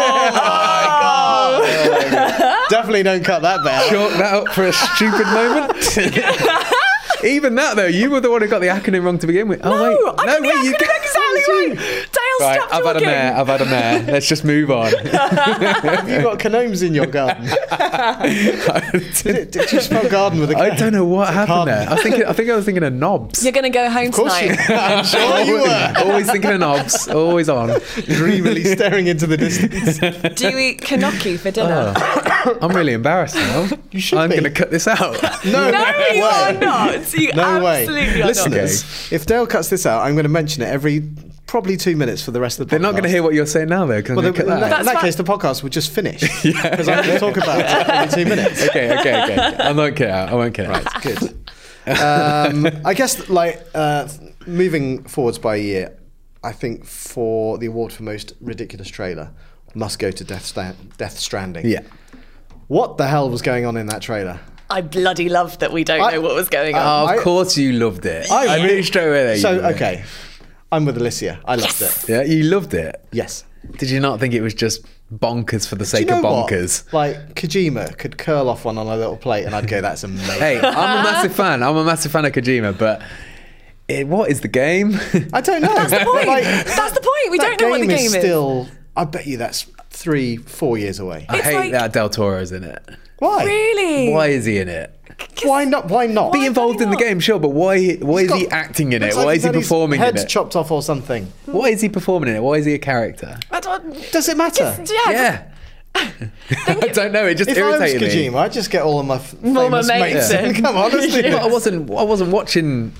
[SPEAKER 1] Definitely don't cut that
[SPEAKER 2] (laughs)
[SPEAKER 1] bit. out.
[SPEAKER 2] (laughs) Chalk that up for a stupid
[SPEAKER 3] (laughs)
[SPEAKER 2] moment. Even that though, you were the one who got the acronym wrong to begin with. Oh wait,
[SPEAKER 3] No, I got the acronym
[SPEAKER 2] It was
[SPEAKER 3] exactly
[SPEAKER 2] you.
[SPEAKER 3] right. Dale,
[SPEAKER 2] Right,
[SPEAKER 3] stop
[SPEAKER 2] I've had a
[SPEAKER 3] talking.
[SPEAKER 2] mare. I've had a
[SPEAKER 3] (laughs)
[SPEAKER 2] mare. Let's just move on.
[SPEAKER 1] Have you got canomes in your garden?
[SPEAKER 2] I,
[SPEAKER 1] did, did you spell garden with a K?
[SPEAKER 2] (laughs) I don't know what happened
[SPEAKER 1] Pardon.
[SPEAKER 2] there. I think I think I was thinking of knobs.
[SPEAKER 3] You're gonna go home
[SPEAKER 1] Of course you, (laughs)
[SPEAKER 3] tonight.
[SPEAKER 1] I'm sure you were.
[SPEAKER 2] Always thinking of knobs. Always on.
[SPEAKER 1] (laughs) Dreamily staring into the distance.
[SPEAKER 3] Do you eat kanoki for dinner?
[SPEAKER 1] Oh.
[SPEAKER 3] (laughs)
[SPEAKER 2] I'm really embarrassed now.
[SPEAKER 1] (laughs) You should
[SPEAKER 2] I'm
[SPEAKER 1] be.
[SPEAKER 2] going to cut this out.
[SPEAKER 1] (laughs) No,
[SPEAKER 3] no, you are
[SPEAKER 1] way.
[SPEAKER 3] not. You
[SPEAKER 1] No way.
[SPEAKER 3] absolutely are
[SPEAKER 1] Listen,
[SPEAKER 3] not.
[SPEAKER 2] Okay.
[SPEAKER 1] if Dale cuts this out, I'm going to mention it every probably two minutes for the rest of the.
[SPEAKER 2] They're not going to hear what you're saying now though, because
[SPEAKER 1] Well,
[SPEAKER 2] I'm
[SPEAKER 1] the, in
[SPEAKER 2] going to cut
[SPEAKER 1] that, in
[SPEAKER 2] that. out.
[SPEAKER 1] that
[SPEAKER 3] fine.
[SPEAKER 1] case, the podcast would just finish
[SPEAKER 2] (laughs)
[SPEAKER 1] because I'm going to talk about it (laughs) every two minutes.
[SPEAKER 2] Okay, okay, okay. I won't cut it out. I won't cut it out.
[SPEAKER 1] Good. Um, I guess like uh, moving forwards by a year, I think for the award for most ridiculous trailer must go to Death, Stan- Death Stranding.
[SPEAKER 2] Yeah.
[SPEAKER 1] What the hell was going on in that trailer?
[SPEAKER 3] I bloody love that we don't
[SPEAKER 1] I-
[SPEAKER 3] know what was going on.
[SPEAKER 2] Oh, of
[SPEAKER 1] I-
[SPEAKER 2] course you loved it. I,
[SPEAKER 1] I
[SPEAKER 2] knew
[SPEAKER 1] really-
[SPEAKER 2] straight away that you
[SPEAKER 1] so
[SPEAKER 2] loved it.
[SPEAKER 1] okay, I'm with Alicia. I loved it.
[SPEAKER 2] Yeah, you loved it.
[SPEAKER 1] Yes.
[SPEAKER 2] Did you not think it was just bonkers for the
[SPEAKER 1] Do
[SPEAKER 2] sake
[SPEAKER 1] you
[SPEAKER 2] of
[SPEAKER 1] know what?
[SPEAKER 2] bonkers?
[SPEAKER 1] Like Kojima could curl off one on a little plate, and I'd go, "That's amazing."
[SPEAKER 2] Hey, I'm a massive fan. I'm a massive fan of Kojima, but it, what is the game?
[SPEAKER 1] I don't
[SPEAKER 2] (laughs)
[SPEAKER 1] know.
[SPEAKER 3] That's the point. That's the point. We
[SPEAKER 1] that
[SPEAKER 3] don't know what the game is.
[SPEAKER 1] Still, I bet you that's three, four years away.
[SPEAKER 2] I hate
[SPEAKER 3] like-
[SPEAKER 2] that Del Toro's in it.
[SPEAKER 1] Why?
[SPEAKER 3] really?
[SPEAKER 2] Why is he in it?
[SPEAKER 3] 'Cause
[SPEAKER 1] Why not? Why not?
[SPEAKER 2] Be involved in the
[SPEAKER 3] not?
[SPEAKER 2] game, sure, but why? Why is he acting in it?
[SPEAKER 1] Looks like
[SPEAKER 2] Why
[SPEAKER 1] he's
[SPEAKER 2] is he
[SPEAKER 1] had his
[SPEAKER 2] performing in
[SPEAKER 1] Head's
[SPEAKER 2] it?
[SPEAKER 1] chopped off or something.
[SPEAKER 2] Why is he performing in it? Why is he a character?
[SPEAKER 3] I don't-
[SPEAKER 1] Does it matter?
[SPEAKER 3] Yeah. I just-
[SPEAKER 2] Yeah. (laughs) I don't know. It just
[SPEAKER 1] If I was
[SPEAKER 2] irritated me. (laughs)
[SPEAKER 1] Kojima, I'd just get all of my f-
[SPEAKER 3] my
[SPEAKER 1] famous mates.
[SPEAKER 3] mates
[SPEAKER 1] in. (laughs)
[SPEAKER 3] in.
[SPEAKER 1] Come
[SPEAKER 3] (laughs)
[SPEAKER 1] on, let's do
[SPEAKER 2] But I
[SPEAKER 1] this.
[SPEAKER 2] wasn't. I wasn't watching.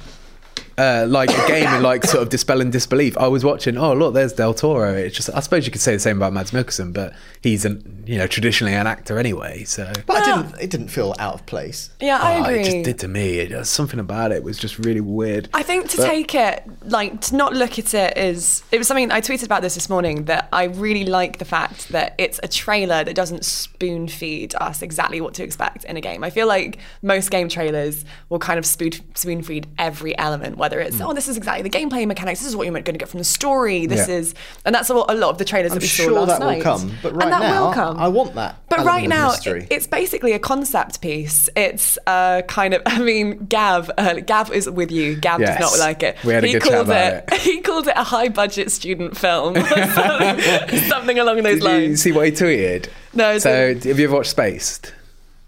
[SPEAKER 2] Uh, like a game and like sort of dispelling disbelief. I was watching. Oh look, there's Del Toro. It's just. I suppose you could say the same about Mads Mikkelsen, but he's an you know traditionally an actor anyway. So
[SPEAKER 1] But I didn't, it didn't feel out of place.
[SPEAKER 3] Yeah, I
[SPEAKER 2] Oh,
[SPEAKER 3] agree.
[SPEAKER 2] it just did to me. It, uh, something about it was just really weird.
[SPEAKER 3] I think to take it, like to not look at it as it was something I tweeted about this this morning that I really like the fact that it's a trailer that doesn't spoon feed us exactly what to expect in a game. I feel like most game trailers will kind of spoon spoon feed every element, whether it's
[SPEAKER 1] Hmm.
[SPEAKER 3] oh this is exactly the gameplay mechanics, this is what you're going to get from the story, this
[SPEAKER 2] Yeah.
[SPEAKER 3] is, and that's a lot, a lot of the trailers that we saw
[SPEAKER 1] sure
[SPEAKER 3] last
[SPEAKER 1] that
[SPEAKER 3] night.
[SPEAKER 1] will come, but right
[SPEAKER 3] and that
[SPEAKER 1] now,
[SPEAKER 3] will come.
[SPEAKER 1] I want that.
[SPEAKER 3] But
[SPEAKER 1] element
[SPEAKER 3] right
[SPEAKER 1] of
[SPEAKER 3] now,
[SPEAKER 1] mystery.
[SPEAKER 3] it- it's basically a concept piece. It's uh, kind of, (laughs) I mean, Gav, uh, Gav is with you. Gav
[SPEAKER 2] Yes.
[SPEAKER 3] does not like it.
[SPEAKER 2] We had a
[SPEAKER 3] he
[SPEAKER 2] good chat
[SPEAKER 3] called
[SPEAKER 2] about
[SPEAKER 3] it,
[SPEAKER 2] it.
[SPEAKER 3] (laughs) He called it a high-budget student film, (laughs) or something, something along those
[SPEAKER 2] Did you
[SPEAKER 3] lines.
[SPEAKER 2] see what he tweeted?
[SPEAKER 3] No, I
[SPEAKER 2] So
[SPEAKER 3] didn't.
[SPEAKER 2] have you ever watched Spaced?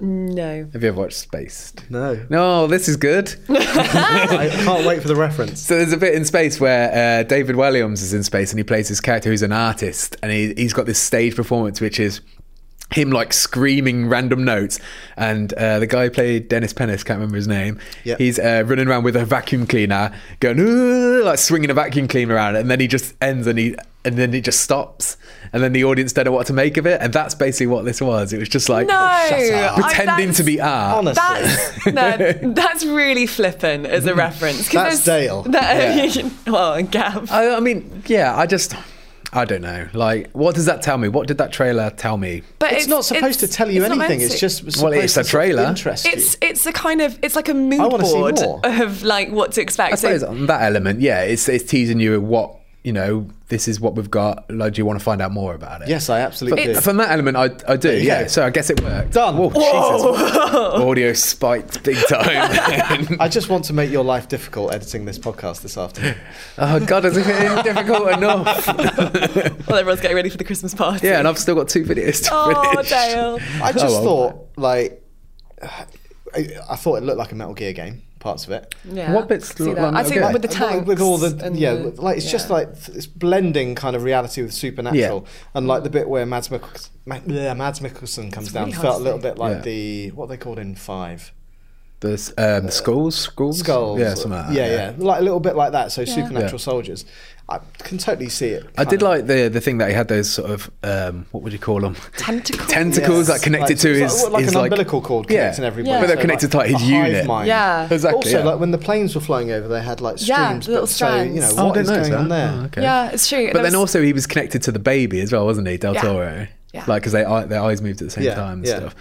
[SPEAKER 3] No,
[SPEAKER 2] Have you ever watched Spaced?
[SPEAKER 1] no,
[SPEAKER 2] No, this is good.
[SPEAKER 1] I can't wait for the reference.
[SPEAKER 2] So there's a bit in space where uh, David Williams is in space and he plays his character who's an artist and he, he's got this stage performance which is him like screaming random notes and uh, the guy who played Dennis Pennis can't remember his name
[SPEAKER 1] Yeah.
[SPEAKER 2] he's uh, running around with a vacuum cleaner going "Ooh," like swinging a vacuum cleaner around and then he just ends and he and then it just stops and then the audience don't know what to make of it and that's basically what this was it was just like
[SPEAKER 3] no, I-
[SPEAKER 2] Oh, pretending
[SPEAKER 3] that's-
[SPEAKER 2] to be art
[SPEAKER 1] Honestly,
[SPEAKER 3] That's no,
[SPEAKER 2] (laughs)
[SPEAKER 3] that's really flippant as
[SPEAKER 2] Mm.
[SPEAKER 3] (laughs) a reference. 'cause
[SPEAKER 1] That's
[SPEAKER 3] there's-
[SPEAKER 1] Dale.
[SPEAKER 2] Uh,
[SPEAKER 3] That, well, Gav.
[SPEAKER 2] I, I mean, yeah, I just. I don't know. Like, what does that tell me? What did that trailer tell me?
[SPEAKER 3] But
[SPEAKER 1] It's, not supposed to
[SPEAKER 3] it's-
[SPEAKER 1] tell you
[SPEAKER 3] it's not meant
[SPEAKER 1] anything. It's
[SPEAKER 3] to.
[SPEAKER 1] just
[SPEAKER 2] Well,
[SPEAKER 1] supposed
[SPEAKER 2] it's a
[SPEAKER 1] to sort of
[SPEAKER 2] trailer.
[SPEAKER 1] Interest
[SPEAKER 3] It's
[SPEAKER 1] you.
[SPEAKER 3] it's a kind of it's like a mood
[SPEAKER 1] wanna see
[SPEAKER 3] board
[SPEAKER 1] more.
[SPEAKER 3] of like what to expect.
[SPEAKER 2] I
[SPEAKER 3] So-
[SPEAKER 2] suppose on that element, yeah, it's it's teasing you what you know. This is what we've got. Like, do you want to find out more about it?
[SPEAKER 1] Yes, I absolutely do.
[SPEAKER 3] It's-
[SPEAKER 2] From that element, I, I do,
[SPEAKER 1] you
[SPEAKER 2] yeah.
[SPEAKER 1] go.
[SPEAKER 2] So I guess it worked.
[SPEAKER 1] Done.
[SPEAKER 2] Whoa, Jesus. Audio spiked big
[SPEAKER 1] (laughs)
[SPEAKER 2] time.
[SPEAKER 1] I just want to make your life difficult editing this podcast this afternoon.
[SPEAKER 2] oh God, as if it isn't difficult
[SPEAKER 1] (laughs)
[SPEAKER 2] enough.
[SPEAKER 3] Well, everyone's getting ready for the Christmas party.
[SPEAKER 2] Yeah, and I've still got two videos to
[SPEAKER 3] oh,
[SPEAKER 2] finish. Oh,
[SPEAKER 3] Dale.
[SPEAKER 2] (laughs)
[SPEAKER 1] I just
[SPEAKER 2] well.
[SPEAKER 1] thought, like, I, I thought it looked like a Metal Gear game, parts of it.
[SPEAKER 3] Yeah.
[SPEAKER 2] What bits
[SPEAKER 3] I can see
[SPEAKER 2] look
[SPEAKER 3] that.
[SPEAKER 2] like
[SPEAKER 3] I think
[SPEAKER 2] okay.
[SPEAKER 3] with the
[SPEAKER 1] Like,
[SPEAKER 3] tanks,
[SPEAKER 1] with all the
[SPEAKER 3] and
[SPEAKER 1] yeah,
[SPEAKER 3] the-
[SPEAKER 1] like it's just
[SPEAKER 3] yeah.
[SPEAKER 1] like th- it's blending kind of reality with supernatural, and like the bit where Mads, Mikkelsen, Ma- bleh, Mads Mikkelsen comes down
[SPEAKER 3] really hard
[SPEAKER 1] felt
[SPEAKER 3] to
[SPEAKER 1] a little
[SPEAKER 3] say.
[SPEAKER 1] bit like
[SPEAKER 2] Yeah.
[SPEAKER 1] the what they called in five
[SPEAKER 2] The s- um, skulls, skulls,
[SPEAKER 1] skulls,
[SPEAKER 2] Yeah, something like that.
[SPEAKER 1] yeah, yeah, like a little bit like that. So supernatural
[SPEAKER 2] Yeah.
[SPEAKER 1] soldiers, I can totally see it.
[SPEAKER 2] I
[SPEAKER 1] kind
[SPEAKER 2] did
[SPEAKER 1] of-
[SPEAKER 2] like the the thing that he had those sort of um, what would you call them?
[SPEAKER 3] Tentacles.
[SPEAKER 1] Yes.
[SPEAKER 2] Tentacles that connected
[SPEAKER 1] Like-
[SPEAKER 2] to
[SPEAKER 1] it's
[SPEAKER 2] his
[SPEAKER 1] like- like
[SPEAKER 2] his,
[SPEAKER 1] an umbilical cord connecting everybody.
[SPEAKER 2] but
[SPEAKER 1] So,
[SPEAKER 2] they're
[SPEAKER 1] like,
[SPEAKER 2] connected to like
[SPEAKER 1] a
[SPEAKER 2] his
[SPEAKER 1] hive
[SPEAKER 2] unit.
[SPEAKER 1] mind.
[SPEAKER 3] Yeah.
[SPEAKER 2] (laughs) Exactly,
[SPEAKER 1] Also,
[SPEAKER 2] yeah.
[SPEAKER 1] like when the planes were flying over, they had like streams.
[SPEAKER 3] Yeah, little
[SPEAKER 1] but, so, you know,
[SPEAKER 3] strands.
[SPEAKER 2] Oh, I
[SPEAKER 1] what
[SPEAKER 2] didn't
[SPEAKER 1] is
[SPEAKER 2] notice
[SPEAKER 1] going on
[SPEAKER 2] that.
[SPEAKER 1] there?
[SPEAKER 2] Oh, okay.
[SPEAKER 3] Yeah, it's true.
[SPEAKER 2] But
[SPEAKER 3] There
[SPEAKER 2] then
[SPEAKER 3] was-
[SPEAKER 2] also he was connected to the baby as well, wasn't he? Del
[SPEAKER 3] Yeah.
[SPEAKER 2] Toro,
[SPEAKER 3] Yeah.
[SPEAKER 2] like because they eye- their eyes moved at the same
[SPEAKER 1] Yeah,
[SPEAKER 2] time and
[SPEAKER 1] yeah.
[SPEAKER 2] stuff.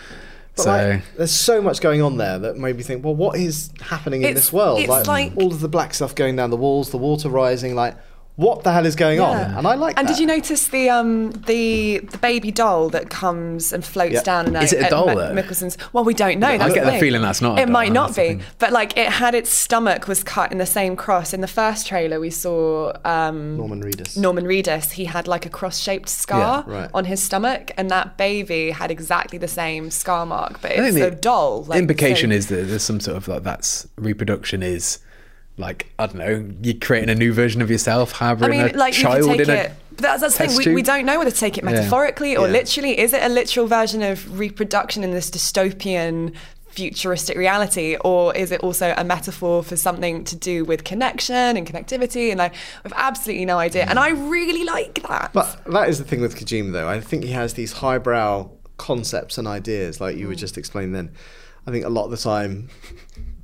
[SPEAKER 1] But
[SPEAKER 2] so
[SPEAKER 1] like, there's so much going on there that made me think, well, what is happening in
[SPEAKER 3] It's-
[SPEAKER 1] this world?
[SPEAKER 3] it's
[SPEAKER 1] like,
[SPEAKER 3] like-
[SPEAKER 1] all of the black stuff going down the walls, the water rising, like what the hell is going on?
[SPEAKER 3] Yeah.
[SPEAKER 1] And I like
[SPEAKER 3] And
[SPEAKER 1] that.
[SPEAKER 3] did you notice the um the the baby doll that comes and floats
[SPEAKER 1] Yeah.
[SPEAKER 3] down? And uh,
[SPEAKER 2] Is it a
[SPEAKER 3] at
[SPEAKER 2] doll,
[SPEAKER 3] Mi-
[SPEAKER 2] though?
[SPEAKER 3] Mickelson's? Well, we don't know.
[SPEAKER 2] I
[SPEAKER 3] that's
[SPEAKER 2] get the
[SPEAKER 3] thing.
[SPEAKER 2] feeling that's not a
[SPEAKER 3] It
[SPEAKER 2] doll,
[SPEAKER 3] might not
[SPEAKER 2] that's the
[SPEAKER 3] be,
[SPEAKER 2] thing.
[SPEAKER 3] but like it had its stomach was cut in the same cross. In the first trailer, we saw um,
[SPEAKER 1] Norman Reedus?
[SPEAKER 3] Norman Reedus. He had like a cross-shaped scar
[SPEAKER 1] right.
[SPEAKER 3] on his stomach, and that baby had exactly the same scar mark, but
[SPEAKER 2] I
[SPEAKER 3] it's
[SPEAKER 2] think
[SPEAKER 3] a doll. Like,
[SPEAKER 2] implication
[SPEAKER 3] so-
[SPEAKER 2] is that there's some sort of like that's reproduction is like I don't know, you're creating a new version of yourself,
[SPEAKER 3] I
[SPEAKER 2] harboring
[SPEAKER 3] mean,
[SPEAKER 2] a
[SPEAKER 3] like
[SPEAKER 2] child
[SPEAKER 3] you could take
[SPEAKER 2] in a
[SPEAKER 3] it. but That's, that's the
[SPEAKER 2] test
[SPEAKER 3] thing.
[SPEAKER 2] tube.
[SPEAKER 3] We, we don't know whether to take it metaphorically or
[SPEAKER 1] Yeah.
[SPEAKER 3] literally. Is it a literal version of reproduction in this dystopian, futuristic reality, or is it also a metaphor for something to do with connection and connectivity? And I have absolutely no idea.
[SPEAKER 2] Mm.
[SPEAKER 3] And I really like that.
[SPEAKER 1] But that is the thing with Kojima, though. I think he has these highbrow concepts and ideas, like you were just explaining. Then, I think a lot of the time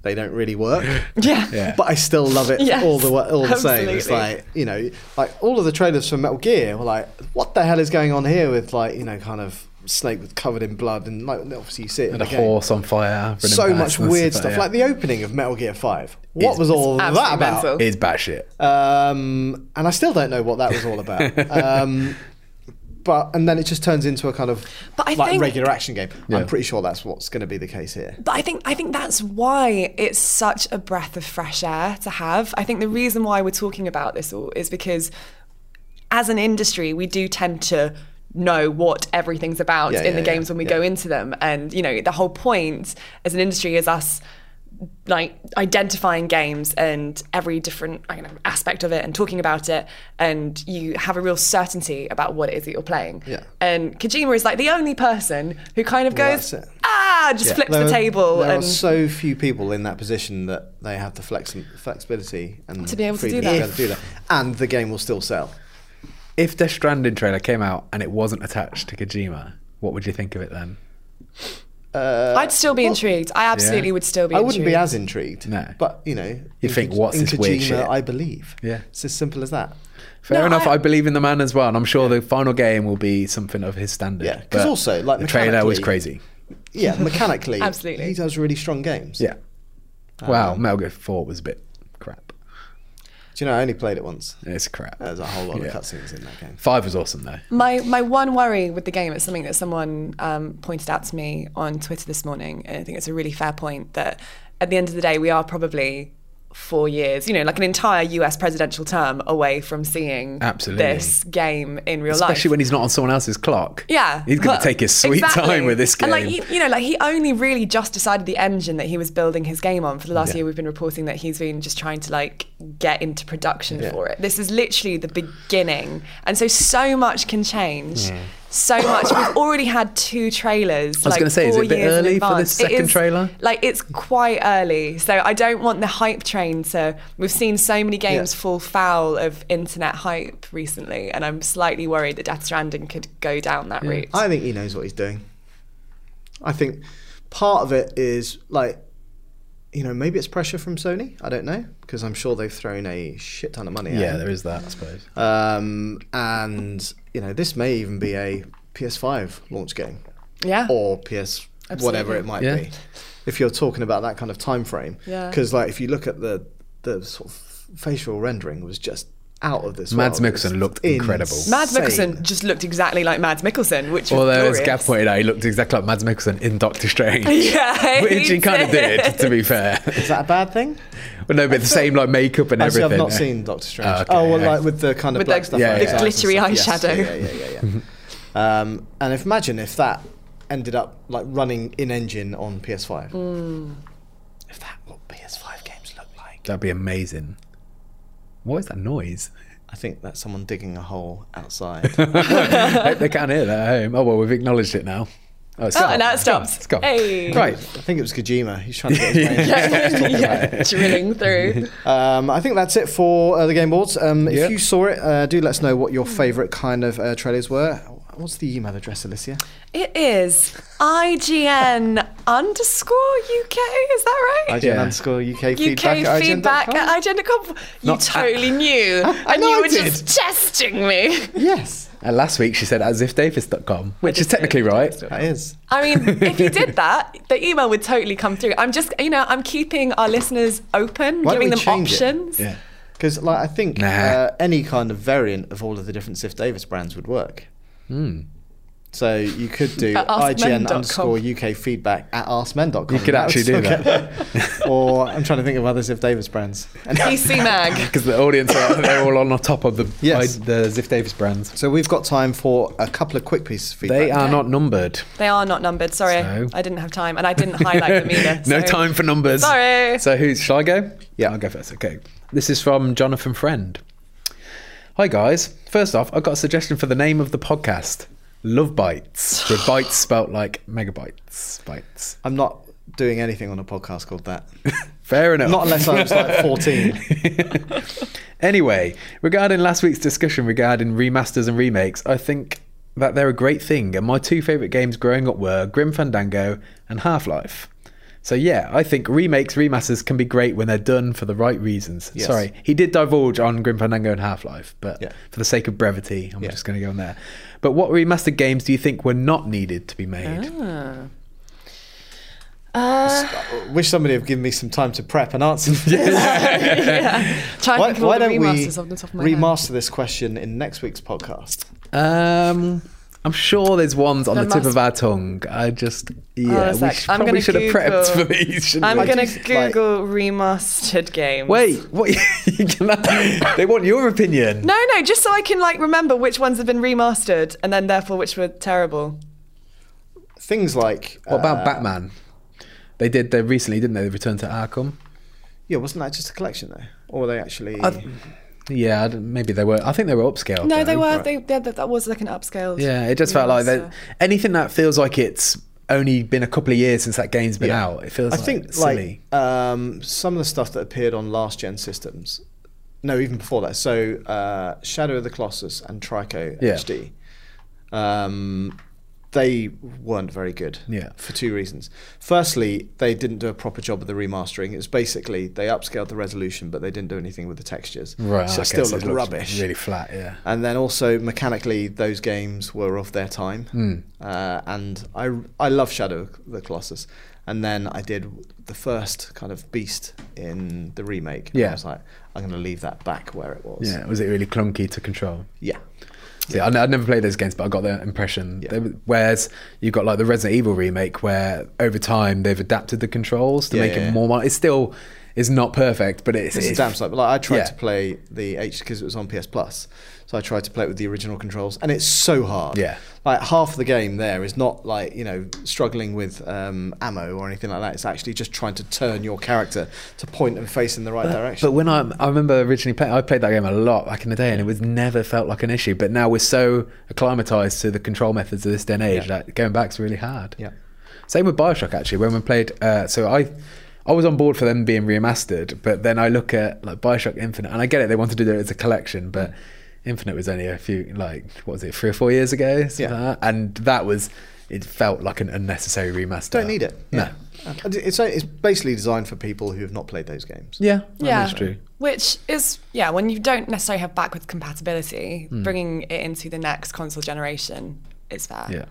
[SPEAKER 1] they don't really work.
[SPEAKER 3] yeah.
[SPEAKER 2] Yeah.
[SPEAKER 1] But I still love it
[SPEAKER 3] Yes,
[SPEAKER 1] all the wa- all the same. It's
[SPEAKER 3] absolutely.
[SPEAKER 1] like you know, like all of the trailers for Metal Gear were like, what the hell is going on here with like you know, kind of snake with covered in blood and like obviously you see it in
[SPEAKER 2] and
[SPEAKER 1] the
[SPEAKER 2] a
[SPEAKER 1] game.
[SPEAKER 2] horse on fire. running
[SPEAKER 1] So
[SPEAKER 2] past
[SPEAKER 1] much
[SPEAKER 2] and
[SPEAKER 1] weird stuff,
[SPEAKER 2] yeah.
[SPEAKER 1] like the opening of Metal Gear Five. What
[SPEAKER 2] It's-
[SPEAKER 1] was all that
[SPEAKER 3] absolutely
[SPEAKER 1] about?
[SPEAKER 3] mental.
[SPEAKER 2] it's batshit.
[SPEAKER 1] Um, and I still don't know what that was all about.
[SPEAKER 2] (laughs)
[SPEAKER 1] um, but and then it just turns into a kind of
[SPEAKER 3] But I
[SPEAKER 1] like
[SPEAKER 3] think-
[SPEAKER 1] regular action game.
[SPEAKER 2] Yeah.
[SPEAKER 1] I'm pretty sure that's what's going to be the case here.
[SPEAKER 3] But I think I think that's why it's such a breath of fresh air to have. I think the reason why we're talking about this all is because as an industry, we do tend to know what everything's about
[SPEAKER 1] Yeah,
[SPEAKER 3] in the
[SPEAKER 1] yeah, yeah,
[SPEAKER 3] games when we
[SPEAKER 1] yeah.
[SPEAKER 3] go into them. And you know, the whole point as an industry is us like identifying games and every different I don't know, aspect of it and talking about it and you have a real certainty about what it is that you're playing.
[SPEAKER 1] Yeah.
[SPEAKER 3] And Kojima is like the only person who kind of
[SPEAKER 1] Well,
[SPEAKER 3] goes
[SPEAKER 1] that's it.
[SPEAKER 3] ah just flips
[SPEAKER 1] There
[SPEAKER 3] the
[SPEAKER 1] are-
[SPEAKER 3] table
[SPEAKER 1] There
[SPEAKER 3] and
[SPEAKER 1] are so few people in that position that they have the flexi- flexibility and
[SPEAKER 3] To be able to do
[SPEAKER 1] freedom be
[SPEAKER 3] that.
[SPEAKER 1] able to do that, and the game will still sell.
[SPEAKER 2] If the Stranded trailer came out and it wasn't attached to Kojima, what would you think of it then?
[SPEAKER 3] I'd still be intrigued. I absolutely
[SPEAKER 2] Yeah.
[SPEAKER 3] would still be.
[SPEAKER 1] uh, I wouldn't be
[SPEAKER 3] intrigued.
[SPEAKER 1] as intrigued.
[SPEAKER 2] No.
[SPEAKER 1] but you know,
[SPEAKER 2] You
[SPEAKER 1] in
[SPEAKER 2] think,
[SPEAKER 1] Ko-
[SPEAKER 2] what's
[SPEAKER 1] in
[SPEAKER 2] this weird
[SPEAKER 1] Kojima,
[SPEAKER 2] shit?
[SPEAKER 1] I believe.
[SPEAKER 2] Yeah.
[SPEAKER 1] it's as simple as that.
[SPEAKER 2] Fair
[SPEAKER 3] No,
[SPEAKER 2] enough. I,
[SPEAKER 3] I-
[SPEAKER 2] believe in the man as well, and I'm sure the final game will be something of his standard.
[SPEAKER 1] Yeah, 'cause
[SPEAKER 2] but
[SPEAKER 1] also, like,
[SPEAKER 2] the trailer was
[SPEAKER 1] mechanically-
[SPEAKER 2] crazy.
[SPEAKER 1] Yeah, mechanically,
[SPEAKER 3] (laughs) Absolutely.
[SPEAKER 1] he does really strong games.
[SPEAKER 2] Yeah. Wow, Metal Gear Four was a bit crap.
[SPEAKER 1] do you know? I only played it once.
[SPEAKER 2] It's crap.
[SPEAKER 1] There's a whole lot
[SPEAKER 2] Yeah.
[SPEAKER 1] of cutscenes in that game.
[SPEAKER 2] Five was awesome though.
[SPEAKER 3] My my one worry with the game it's something that someone um, pointed out to me on Twitter this morning, and I think it's a really fair point that at the end of the day we are probably four years, you know, like an entire U.S. presidential term away from seeing
[SPEAKER 2] Absolutely.
[SPEAKER 3] this game in real life.
[SPEAKER 2] Especially when he's not on someone else's clock.
[SPEAKER 3] Yeah.
[SPEAKER 2] He's going
[SPEAKER 3] but-
[SPEAKER 2] to take his sweet
[SPEAKER 3] Exactly.
[SPEAKER 2] time with this game.
[SPEAKER 3] And like, he- you know, like he only really just decided the engine that he was building his game on. For the last
[SPEAKER 2] Yeah.
[SPEAKER 3] year, we've been reporting that he's been just trying to like get into production
[SPEAKER 1] Yeah.
[SPEAKER 3] for it. This is literally the beginning. And so, so much can change. So much. We've already had two trailers. I
[SPEAKER 2] Hmm. was gonna say, is it a bit early for this second trailer?
[SPEAKER 3] Like, it's quite early. So, I don't want the hype train to. We've seen so many games
[SPEAKER 1] Yeah.
[SPEAKER 3] fall foul of internet hype recently, and I'm slightly worried that Death Stranding could go down that route.
[SPEAKER 1] I think he knows what he's doing. I think part of it is like you know, maybe it's pressure from Sony. I don't know because I'm sure they've thrown a shit ton of money.
[SPEAKER 2] Yeah,
[SPEAKER 1] at
[SPEAKER 2] there
[SPEAKER 1] it.
[SPEAKER 2] is that, I suppose.
[SPEAKER 1] Um, and you know, this may even be a PS5 launch game
[SPEAKER 3] Yeah.
[SPEAKER 1] or PS whatever
[SPEAKER 3] Absolutely.
[SPEAKER 1] it might
[SPEAKER 2] Yeah.
[SPEAKER 1] be. If you're talking about that kind of time frame,
[SPEAKER 3] Yeah.
[SPEAKER 1] Because like, if you look at the the sort of facial rendering was just out of this.
[SPEAKER 2] Mads
[SPEAKER 1] world. It was
[SPEAKER 2] Mikkelsen looked incredible.
[SPEAKER 3] Mads
[SPEAKER 1] insane.
[SPEAKER 3] Mikkelsen just looked exactly like Mads Mikkelsen, which was
[SPEAKER 2] Although, as
[SPEAKER 3] glorious. (laughs)
[SPEAKER 2] Gav pointed out, he looked exactly like Mads Mikkelsen in Doctor Strange. (laughs)
[SPEAKER 3] Yeah,
[SPEAKER 2] Which he kind of did,
[SPEAKER 3] (laughs)
[SPEAKER 2] to be fair.
[SPEAKER 1] Is that a bad thing?
[SPEAKER 2] Well, no, but the same like makeup and
[SPEAKER 1] Actually,
[SPEAKER 2] everything.
[SPEAKER 1] I've not seen Doctor Strange.
[SPEAKER 2] Oh,
[SPEAKER 1] Oh,
[SPEAKER 2] okay,
[SPEAKER 1] well,
[SPEAKER 2] yeah.
[SPEAKER 1] like with the kind of
[SPEAKER 3] With
[SPEAKER 1] black
[SPEAKER 3] the-
[SPEAKER 1] stuff.
[SPEAKER 2] Yeah,
[SPEAKER 1] over
[SPEAKER 2] yeah.
[SPEAKER 1] his eyes and
[SPEAKER 3] glittery
[SPEAKER 1] stuff.
[SPEAKER 3] eyeshadow.
[SPEAKER 1] Yes, Yeah, yeah, yeah. (laughs) yeah. um, and if, imagine if that ended up like running in engine on PS5. Mm. If that what PS5 games look like.
[SPEAKER 2] That'd be amazing. What is that (laughs) noise?
[SPEAKER 1] I think that's someone digging a hole outside.
[SPEAKER 2] Hope they can't hear that at home. Oh well, we've acknowledged it now. Oh, it's
[SPEAKER 3] Oh,
[SPEAKER 2] gone.
[SPEAKER 3] and now it stops.
[SPEAKER 2] It's gone.
[SPEAKER 3] Hey.
[SPEAKER 1] I
[SPEAKER 2] (laughs) Right.
[SPEAKER 1] think it was Kojima. He's trying to
[SPEAKER 2] (laughs)
[SPEAKER 1] get his way in.
[SPEAKER 3] yeah, drilling through.
[SPEAKER 1] Um, I think that's it for uh, the Game Awards. Um, if
[SPEAKER 2] Yeah.
[SPEAKER 1] you saw it, uh, do let us know what your favourite kind of uh, trailers were. What's the email address, Alicia?
[SPEAKER 3] It is IGN underscore UK. Is that right?
[SPEAKER 1] IGN underscore UK, feedback
[SPEAKER 3] UK
[SPEAKER 1] at
[SPEAKER 3] feedback
[SPEAKER 1] IGN.com?
[SPEAKER 3] at IGN.com. You
[SPEAKER 2] Not-
[SPEAKER 3] totally knew, and
[SPEAKER 1] know
[SPEAKER 3] you
[SPEAKER 1] I
[SPEAKER 3] were
[SPEAKER 1] did.
[SPEAKER 3] just testing me.
[SPEAKER 1] Yes,
[SPEAKER 2] And last week she said asifdavis.com, which is
[SPEAKER 3] just said
[SPEAKER 2] technically right.
[SPEAKER 1] that is.
[SPEAKER 3] I mean, if you did that, the email would totally come through. I'm just, you know, I'm keeping our listeners open,
[SPEAKER 1] Why don't we
[SPEAKER 3] giving them
[SPEAKER 1] change it?
[SPEAKER 3] options.
[SPEAKER 2] Yeah.
[SPEAKER 1] Because like I think
[SPEAKER 2] Nah.
[SPEAKER 1] uh, any kind of variant of all of the different Sif Davis brands would work.
[SPEAKER 2] Hmm.
[SPEAKER 1] So you could do
[SPEAKER 3] (laughs) At askmen.com.
[SPEAKER 1] IGN underscore UK feedback at askmen.com.
[SPEAKER 2] You could actually do (laughs)
[SPEAKER 1] that. or I'm trying to think of other Sif Davis brands.
[SPEAKER 3] PC Mag.
[SPEAKER 2] Because the audience are they're all on the top of the
[SPEAKER 1] Yes.
[SPEAKER 2] I- the Ziff Davis brands.
[SPEAKER 1] so we've got time for a couple of quick pieces of feedback.
[SPEAKER 2] They are not numbered.
[SPEAKER 3] They are not numbered. Sorry,
[SPEAKER 2] So?
[SPEAKER 3] I didn't have time, and I didn't (laughs) highlight
[SPEAKER 1] (laughs)
[SPEAKER 3] them either.
[SPEAKER 2] no
[SPEAKER 3] so-
[SPEAKER 2] time for numbers.
[SPEAKER 3] Sorry.
[SPEAKER 2] So who's shall I go?
[SPEAKER 1] Yeah.
[SPEAKER 2] I'll go first. Okay. This is from Jonathan Friend. Hi guys. First off, I've got a suggestion for the name of the podcast. Love bites. With bites spelt like megabytes. Bites.
[SPEAKER 1] I'm not doing anything on a podcast called that.
[SPEAKER 2] (laughs) Fair enough.
[SPEAKER 1] not unless I was
[SPEAKER 2] (laughs)
[SPEAKER 1] like 14.
[SPEAKER 2] Anyway, regarding last week's discussion regarding remasters and remakes, I think that they're a great thing, and my two favourite games growing up were Grim Fandango and Half Life. So yeah, I think remakes, remasters can be great when they're done for the right reasons.
[SPEAKER 1] Yes.
[SPEAKER 2] Sorry, he did divulge on Grim Fandango and Half Life, but
[SPEAKER 1] Yeah.
[SPEAKER 2] for the sake of brevity, I'm
[SPEAKER 1] Yeah.
[SPEAKER 2] just going to go on there. But what remastered games do you think were not needed to be made?
[SPEAKER 3] Uh,
[SPEAKER 1] Wish somebody had given me some time to prep and
[SPEAKER 2] (laughs)
[SPEAKER 1] answer.
[SPEAKER 3] yeah. Try and
[SPEAKER 1] Why,
[SPEAKER 3] think of all
[SPEAKER 1] why
[SPEAKER 3] the
[SPEAKER 1] don't we
[SPEAKER 3] remasters off the top of my head.
[SPEAKER 1] remaster this question in next week's podcast?
[SPEAKER 2] Um, I'm sure there's ones on
[SPEAKER 3] There
[SPEAKER 2] the tip
[SPEAKER 3] must-
[SPEAKER 2] of our tongue. I just yeah,
[SPEAKER 3] Hold on a
[SPEAKER 2] we
[SPEAKER 3] sec.
[SPEAKER 2] sh-
[SPEAKER 3] I'm
[SPEAKER 2] probably
[SPEAKER 3] gonna
[SPEAKER 2] should have prepped for
[SPEAKER 3] Google-
[SPEAKER 2] these. shouldn't
[SPEAKER 3] I'm
[SPEAKER 2] we?
[SPEAKER 3] going
[SPEAKER 1] just,
[SPEAKER 3] to
[SPEAKER 1] like-
[SPEAKER 3] Google remastered games.
[SPEAKER 2] Wait, what? (laughs) you cannot- they want your opinion.
[SPEAKER 3] No, no, just so I can like remember which ones have been remastered and then therefore which were terrible.
[SPEAKER 1] Things like
[SPEAKER 2] What about
[SPEAKER 1] uh,
[SPEAKER 2] Batman? They did they recently, didn't they? The Return to Arkham.
[SPEAKER 1] Yeah, wasn't that just a collection though, or were they actually?
[SPEAKER 2] Yeah, I don't- maybe they were. I think they were upscale.
[SPEAKER 3] No,
[SPEAKER 2] though.
[SPEAKER 3] they were.
[SPEAKER 1] right.
[SPEAKER 3] They, yeah, that, that was like an upscale.
[SPEAKER 2] Yeah, it just felt like that. Anything that feels like it's only been a couple of years since that game's been
[SPEAKER 1] Yeah.
[SPEAKER 2] out, it feels.
[SPEAKER 1] I
[SPEAKER 2] like
[SPEAKER 1] think
[SPEAKER 2] silly.
[SPEAKER 1] like um, some of the stuff that appeared on last gen systems. No, even before that. So uh, Shadow of the Colossus and Trico
[SPEAKER 2] Yeah.
[SPEAKER 1] HD. Um, they weren't very good.
[SPEAKER 2] Yeah.
[SPEAKER 1] For two reasons. Firstly, they didn't do a proper job of the remastering. It was basically they upscaled the resolution, but they didn't do anything with the textures.
[SPEAKER 2] right.
[SPEAKER 1] So
[SPEAKER 2] okay,
[SPEAKER 1] it still
[SPEAKER 2] so it
[SPEAKER 1] looked
[SPEAKER 2] looks
[SPEAKER 1] rubbish.
[SPEAKER 2] Really flat. Yeah.
[SPEAKER 1] and then also mechanically those games were of their time
[SPEAKER 2] Hmm.
[SPEAKER 1] uh, and I, I love shadow of the colossus and then i did the first kind of beast in the remake and
[SPEAKER 2] Yeah.
[SPEAKER 1] i was like i'm going to leave that back where it was
[SPEAKER 2] Yeah. Was it really clunky to control?
[SPEAKER 1] yeah
[SPEAKER 2] See, I n- I'd never played those games, but I got the impression.
[SPEAKER 1] Yeah.
[SPEAKER 2] They were- whereas you've got like the Resident Evil remake, where over time they've adapted the controls to
[SPEAKER 1] Yeah,
[SPEAKER 2] make
[SPEAKER 1] yeah,
[SPEAKER 2] it
[SPEAKER 1] yeah.
[SPEAKER 2] more. mon- It's still is not perfect, but it's,
[SPEAKER 1] it's a damn sight but like i tried
[SPEAKER 2] yeah.
[SPEAKER 1] to play the h because it was on ps plus so i tried to play it with the original controls and it's so hard
[SPEAKER 2] Yeah.
[SPEAKER 1] like half the game there is not like you know struggling with um, ammo or anything like that it's actually just trying to turn your character to point and face in the right direction
[SPEAKER 2] But when I, I remember originally playing, I played that game a lot back in the day, and it was never felt like an issue. But now we're so acclimatized to the control methods of this day and age
[SPEAKER 1] Yeah.
[SPEAKER 2] that going back's really hard.
[SPEAKER 1] Yeah.
[SPEAKER 2] Same with Bioshock actually. When we played, uh, so I, I was on board for them being remastered, but then I look at like Bioshock Infinite, and I get it. They wanted to do it as a collection,
[SPEAKER 1] Mm.
[SPEAKER 2] but Infinite was only a few, like what was it, three or four years ago, something
[SPEAKER 1] Yeah.
[SPEAKER 2] like that. and that was. It felt like an unnecessary remaster.
[SPEAKER 1] Don't need it.
[SPEAKER 2] No.
[SPEAKER 1] Yeah. And It's, it's basically designed for people who have not played those games.
[SPEAKER 2] Yeah, that is true.
[SPEAKER 3] Which is yeah, when you don't necessarily have backwards compatibility,
[SPEAKER 1] Hmm.
[SPEAKER 3] bringing it into the next console generation is fair.
[SPEAKER 2] Yeah.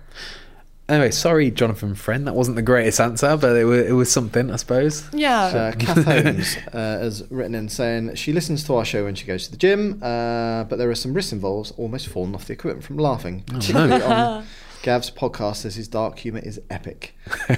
[SPEAKER 2] Anyway, sorry, Jonathan Friend. That wasn't the greatest answer, but it was, it was something, I suppose.
[SPEAKER 3] Yeah.
[SPEAKER 2] (laughs)
[SPEAKER 1] Uh, Kath Holmes uh, has written in saying she listens to our show when she goes to the gym, uh, but there are some risks involved, almost falling off the equipment from laughing,
[SPEAKER 2] Oh,
[SPEAKER 1] particularly on Gav's podcast as his dark humour is epic.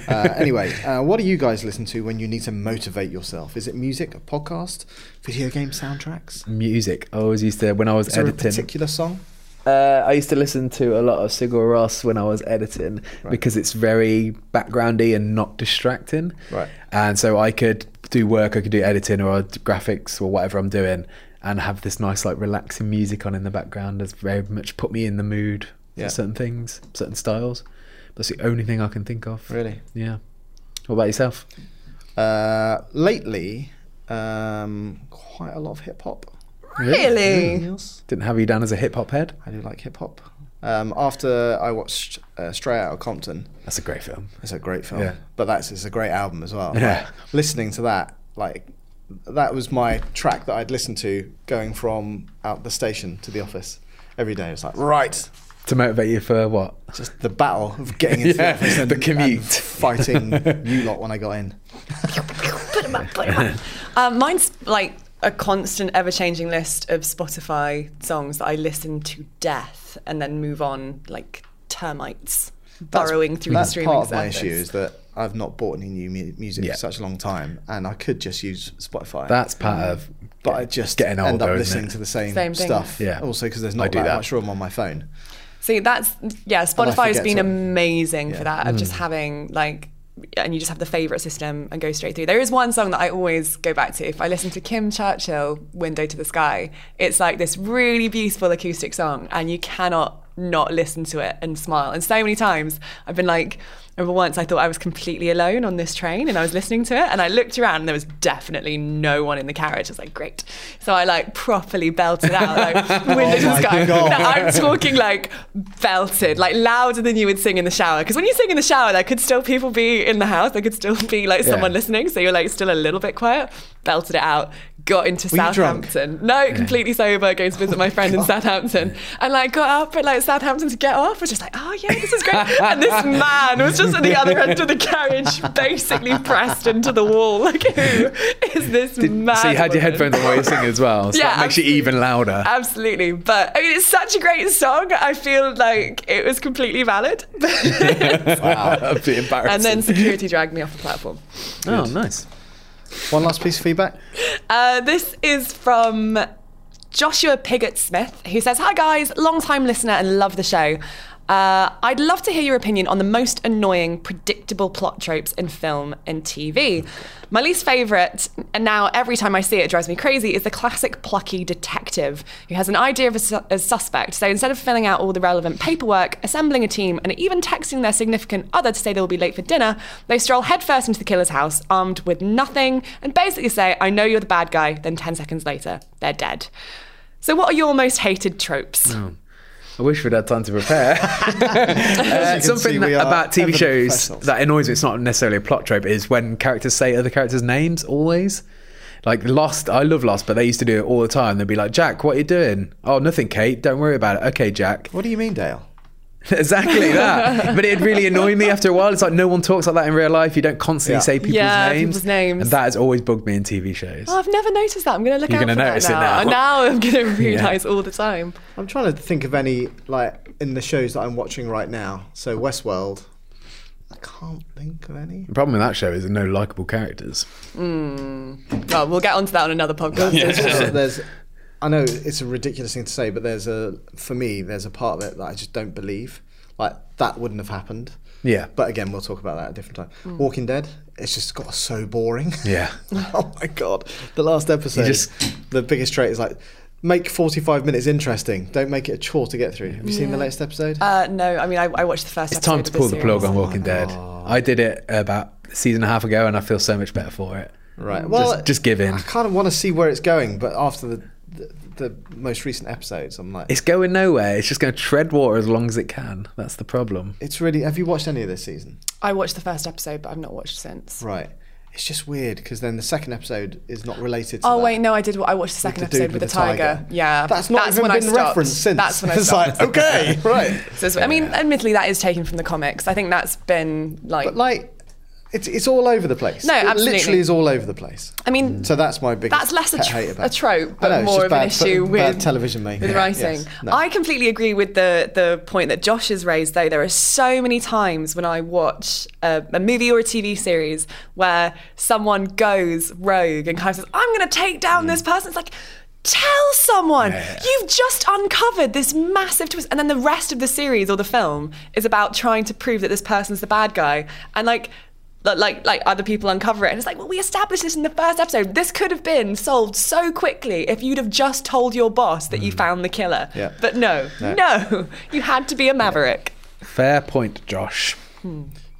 [SPEAKER 1] Uh,
[SPEAKER 2] (laughs)
[SPEAKER 1] anyway, uh, what do you guys listen to when you need to motivate yourself? Is it music, a podcast, video game soundtracks?
[SPEAKER 2] Music. I always used to when I was
[SPEAKER 1] Is there a
[SPEAKER 2] Mm. editing.
[SPEAKER 1] particular song?
[SPEAKER 2] Uh, I used to listen to a lot of Sigur Rós when I was editing because it's very backgroundy and not distracting.
[SPEAKER 1] Right.
[SPEAKER 2] And so I could do work, I could do editing or d- graphics or whatever I'm doing, and have this nice like relaxing music on in the background. That's very much put me in the mood
[SPEAKER 1] Yeah.
[SPEAKER 2] for certain things, certain styles. That's the only thing I can think of.
[SPEAKER 1] Really?
[SPEAKER 2] Yeah. What about yourself?
[SPEAKER 1] Uh, lately, um, quite a lot of hip hop.
[SPEAKER 2] Eh.
[SPEAKER 1] (laughs)
[SPEAKER 3] Really?
[SPEAKER 1] Yes.
[SPEAKER 2] Didn't have you down as a hip hop head.
[SPEAKER 1] I do like hip hop. Um, after I watched uh, Straight Outta Compton,
[SPEAKER 2] That's a great film.
[SPEAKER 1] It's a great film.
[SPEAKER 2] Yeah.
[SPEAKER 1] But that's it's a great album as well.
[SPEAKER 2] Yeah.
[SPEAKER 1] Like, listening to that, like that was my track that I'd listen to going from out the station to the office every day. It's like right,
[SPEAKER 2] To motivate you for what?
[SPEAKER 1] just the battle of getting into
[SPEAKER 2] (laughs) Yeah,
[SPEAKER 1] the office and
[SPEAKER 2] the commute.
[SPEAKER 1] and fighting
[SPEAKER 2] (laughs)
[SPEAKER 1] you lot when I got in.
[SPEAKER 3] Put 'em up, put 'em up. Um, mine's like a constant, ever-changing list of Spotify songs that I listen to death and then move on like termites burrowing through the
[SPEAKER 1] that's
[SPEAKER 3] streaming
[SPEAKER 1] part of my
[SPEAKER 3] service.
[SPEAKER 1] issue is that I've not bought any new mu- music
[SPEAKER 2] Yeah.
[SPEAKER 1] for such a long time, and I could just use Spotify.
[SPEAKER 2] That's part of.
[SPEAKER 1] but I just
[SPEAKER 2] getting
[SPEAKER 1] end
[SPEAKER 2] older,
[SPEAKER 1] up
[SPEAKER 2] isn't
[SPEAKER 1] listening
[SPEAKER 2] it?
[SPEAKER 1] to the same,
[SPEAKER 3] Same thing.
[SPEAKER 1] stuff.
[SPEAKER 2] Yeah.
[SPEAKER 1] Also, because there's
[SPEAKER 2] I
[SPEAKER 1] not
[SPEAKER 2] do
[SPEAKER 1] that,
[SPEAKER 2] that.
[SPEAKER 1] much room on my phone.
[SPEAKER 3] See, that's yeah. Spotify has
[SPEAKER 1] forget
[SPEAKER 3] been
[SPEAKER 1] to-
[SPEAKER 3] amazing
[SPEAKER 1] Yeah. Hmm.
[SPEAKER 3] for that of just having like, and you just have the favorite system and go straight through. There is one song that I always go back to. If I listen to Kim Churchill, "Window to the Sky," it's like this really beautiful acoustic song, and you cannot not listen to it and smile. And so many times I've been like, I remember once I thought I was completely alone on this train, and I was listening to it, and I looked around, and there was definitely no one in the carriage. I was like, great. So I like properly belted
[SPEAKER 1] (laughs)
[SPEAKER 3] out like "Window to the
[SPEAKER 1] Oh my
[SPEAKER 3] Sky."
[SPEAKER 1] God.
[SPEAKER 3] No, I'm talking like belted, like louder than you would sing in the shower. Because when you sing in the shower, there could still people be in the house. There could still be like someone listening. So you're like still a little bit quiet. Belted it out. Got into
[SPEAKER 1] Were you drunk?
[SPEAKER 3] Southampton. No, completely sober. Going to visit
[SPEAKER 2] Oh
[SPEAKER 3] my friend in Southampton. And like got up at like Southampton to get off. Was just like, oh yeah, this is great. and this man was just at the other end of the carriage, basically pressed into the wall. Like, who is this man?
[SPEAKER 2] so you had your headphones on while you're singing as well. So
[SPEAKER 3] Yeah,
[SPEAKER 2] that makes you
[SPEAKER 3] absolutely.
[SPEAKER 2] even
[SPEAKER 3] (laughs)
[SPEAKER 2] louder.
[SPEAKER 3] Absolutely. But I mean, it's such a great song. I feel like it was completely valid.
[SPEAKER 2] (laughs) wow, a bit embarrassing.
[SPEAKER 3] and then security dragged me off the platform.
[SPEAKER 2] oh, nice.
[SPEAKER 1] One last piece of feedback.
[SPEAKER 3] Uh, this is from Joshua Pigott Smith, who says Hi, guys, long time listener and love the show. Uh, I'd love to hear your opinion on the most annoying, predictable plot tropes in film and TV. My least favourite, and now every time I see it, it drives me crazy, is the classic plucky detective who has an idea of a, su- a suspect. So instead of filling out all the relevant paperwork, assembling a team, and even texting their significant other to say they will be late for dinner, they stroll headfirst into the killer's house, armed with nothing, and basically say, I know you're the bad guy. Then 10 seconds later, they're dead. So, what are your most hated tropes?
[SPEAKER 2] I wish we'd had time to (laughs) prepare. Uh,
[SPEAKER 1] As you can see,
[SPEAKER 2] something
[SPEAKER 1] we are
[SPEAKER 2] about TV
[SPEAKER 1] evident
[SPEAKER 2] shows
[SPEAKER 1] professionals.
[SPEAKER 2] that annoys me, it's not necessarily a plot trope, is when characters say other characters' names always. Like Lost, I love Lost, but they used to do it all the time. They'd be like, Jack, what are you doing? Oh, nothing, Kate. Don't worry about it. Okay, Jack.
[SPEAKER 1] What do you mean, Dale?
[SPEAKER 2] (laughs) exactly
[SPEAKER 3] (laughs)
[SPEAKER 2] that. but it'd really annoy me after a while. It's like no one talks like that in real life. You don't constantly
[SPEAKER 1] Yeah.
[SPEAKER 2] say people's
[SPEAKER 3] Yeah,
[SPEAKER 2] names.
[SPEAKER 3] people's names.
[SPEAKER 2] And that has always bugged me in TV shows.
[SPEAKER 3] Oh, I've never noticed that. I'm going to look
[SPEAKER 2] You're
[SPEAKER 3] out
[SPEAKER 2] gonna
[SPEAKER 3] for
[SPEAKER 2] notice it
[SPEAKER 3] that
[SPEAKER 2] now.
[SPEAKER 3] now. Now
[SPEAKER 2] (laughs)
[SPEAKER 3] I'm going to realise all the time.
[SPEAKER 1] I'm trying to think of any like in the shows that I'm watching right now. So Westworld, I can't think of any.
[SPEAKER 2] The problem with that show is there are no likable characters.
[SPEAKER 3] Well, we'll get onto that on another podcast.
[SPEAKER 1] There's,
[SPEAKER 2] (laughs)
[SPEAKER 1] also- there's, I know it's a ridiculous thing to say, but there's a for me there's a part of it that I just don't believe. Like that wouldn't have happened.
[SPEAKER 2] Yeah.
[SPEAKER 1] But again, we'll talk about that at a different time.
[SPEAKER 4] Mm.
[SPEAKER 1] Walking Dead, it's just got so boring.
[SPEAKER 2] Yeah.
[SPEAKER 1] (laughs) oh my god, the last episode.
[SPEAKER 2] just-
[SPEAKER 1] the biggest trait is like make 45 minutes interesting. Don't make it a chore to get through. Have you seen the latest episode?
[SPEAKER 3] Uh, no, I mean, I, I watched the first
[SPEAKER 2] It's
[SPEAKER 3] episode.
[SPEAKER 2] time
[SPEAKER 3] of
[SPEAKER 2] to
[SPEAKER 3] this
[SPEAKER 2] pull the plug on
[SPEAKER 3] series.
[SPEAKER 2] Walking Dead. I did it about a season and a half ago and I feel so much better for it.
[SPEAKER 1] Right. Well,
[SPEAKER 2] Just- just give in.
[SPEAKER 1] I kind of want to see where it's going, but after the the, the most recent episodes, I'm like, it's,
[SPEAKER 2] It's going nowhere. It's just going to tread water as long as it can. That's the problem.
[SPEAKER 1] really. Have you watched any of this season?
[SPEAKER 4] I watched the first episode, but I've not watched since.
[SPEAKER 1] Right. It's just weird because then the second episode is not related to
[SPEAKER 4] Oh
[SPEAKER 1] that.
[SPEAKER 4] wait, no, I did. I watched the
[SPEAKER 1] The
[SPEAKER 4] second
[SPEAKER 1] dude
[SPEAKER 4] episode with, the tiger. Yeah,
[SPEAKER 1] That's not even
[SPEAKER 4] when I
[SPEAKER 1] been
[SPEAKER 4] stopped.
[SPEAKER 1] referenced since.
[SPEAKER 4] That's when I
[SPEAKER 1] It's
[SPEAKER 4] stopped. (laughs)
[SPEAKER 1] like, okay, right.
[SPEAKER 4] So
[SPEAKER 3] (laughs) So it's- I mean, admittedly, that is taken from the comics. I think that's been like.
[SPEAKER 1] But like, it's, it's all over the place.
[SPEAKER 3] No,
[SPEAKER 1] It
[SPEAKER 3] absolutely.
[SPEAKER 1] literally is all over the place.
[SPEAKER 3] I mean,
[SPEAKER 1] So that's my biggest
[SPEAKER 3] That's less a
[SPEAKER 1] pet
[SPEAKER 3] tr-
[SPEAKER 1] hate about
[SPEAKER 3] a trope,
[SPEAKER 1] it. I
[SPEAKER 3] but
[SPEAKER 1] know, it's
[SPEAKER 3] more
[SPEAKER 1] just
[SPEAKER 3] of an
[SPEAKER 1] bad-
[SPEAKER 3] issue
[SPEAKER 1] bad
[SPEAKER 3] with-
[SPEAKER 1] television making.
[SPEAKER 3] with writing. I completely agree with the the point that Josh has raised. Though there are so many times when I watch a, a movie or a TV series where someone goes rogue and kind of says, "I'm going to take down this person." It's like. Tell someone
[SPEAKER 2] Yeah.
[SPEAKER 3] you've just uncovered this massive twist, and then the rest of the series or the film is about trying to prove that this person's the bad guy, and like, li- like, like other people uncover it, and it's like, well, we established this in the first episode. This could have been solved so quickly if you'd have just told your boss that you found the killer.
[SPEAKER 1] Yeah.
[SPEAKER 3] But no, no,
[SPEAKER 1] No.
[SPEAKER 3] you had to be a maverick.
[SPEAKER 2] Fair point, Josh.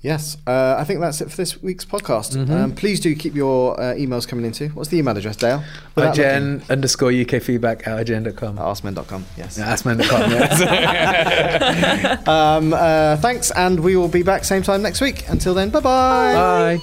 [SPEAKER 1] Yes, uh, I think that's it for this week's podcast. Um, please do keep your uh, emails coming into. What's the email address, Dale? Without looking.
[SPEAKER 2] IGN underscore UK feedback at IGN.com.
[SPEAKER 1] At askmen.com, yes.
[SPEAKER 2] That's men (laughs) yeah.
[SPEAKER 1] Um, uh, thanks, and we will be back same time next week. Until then, bye-bye.
[SPEAKER 2] Bye.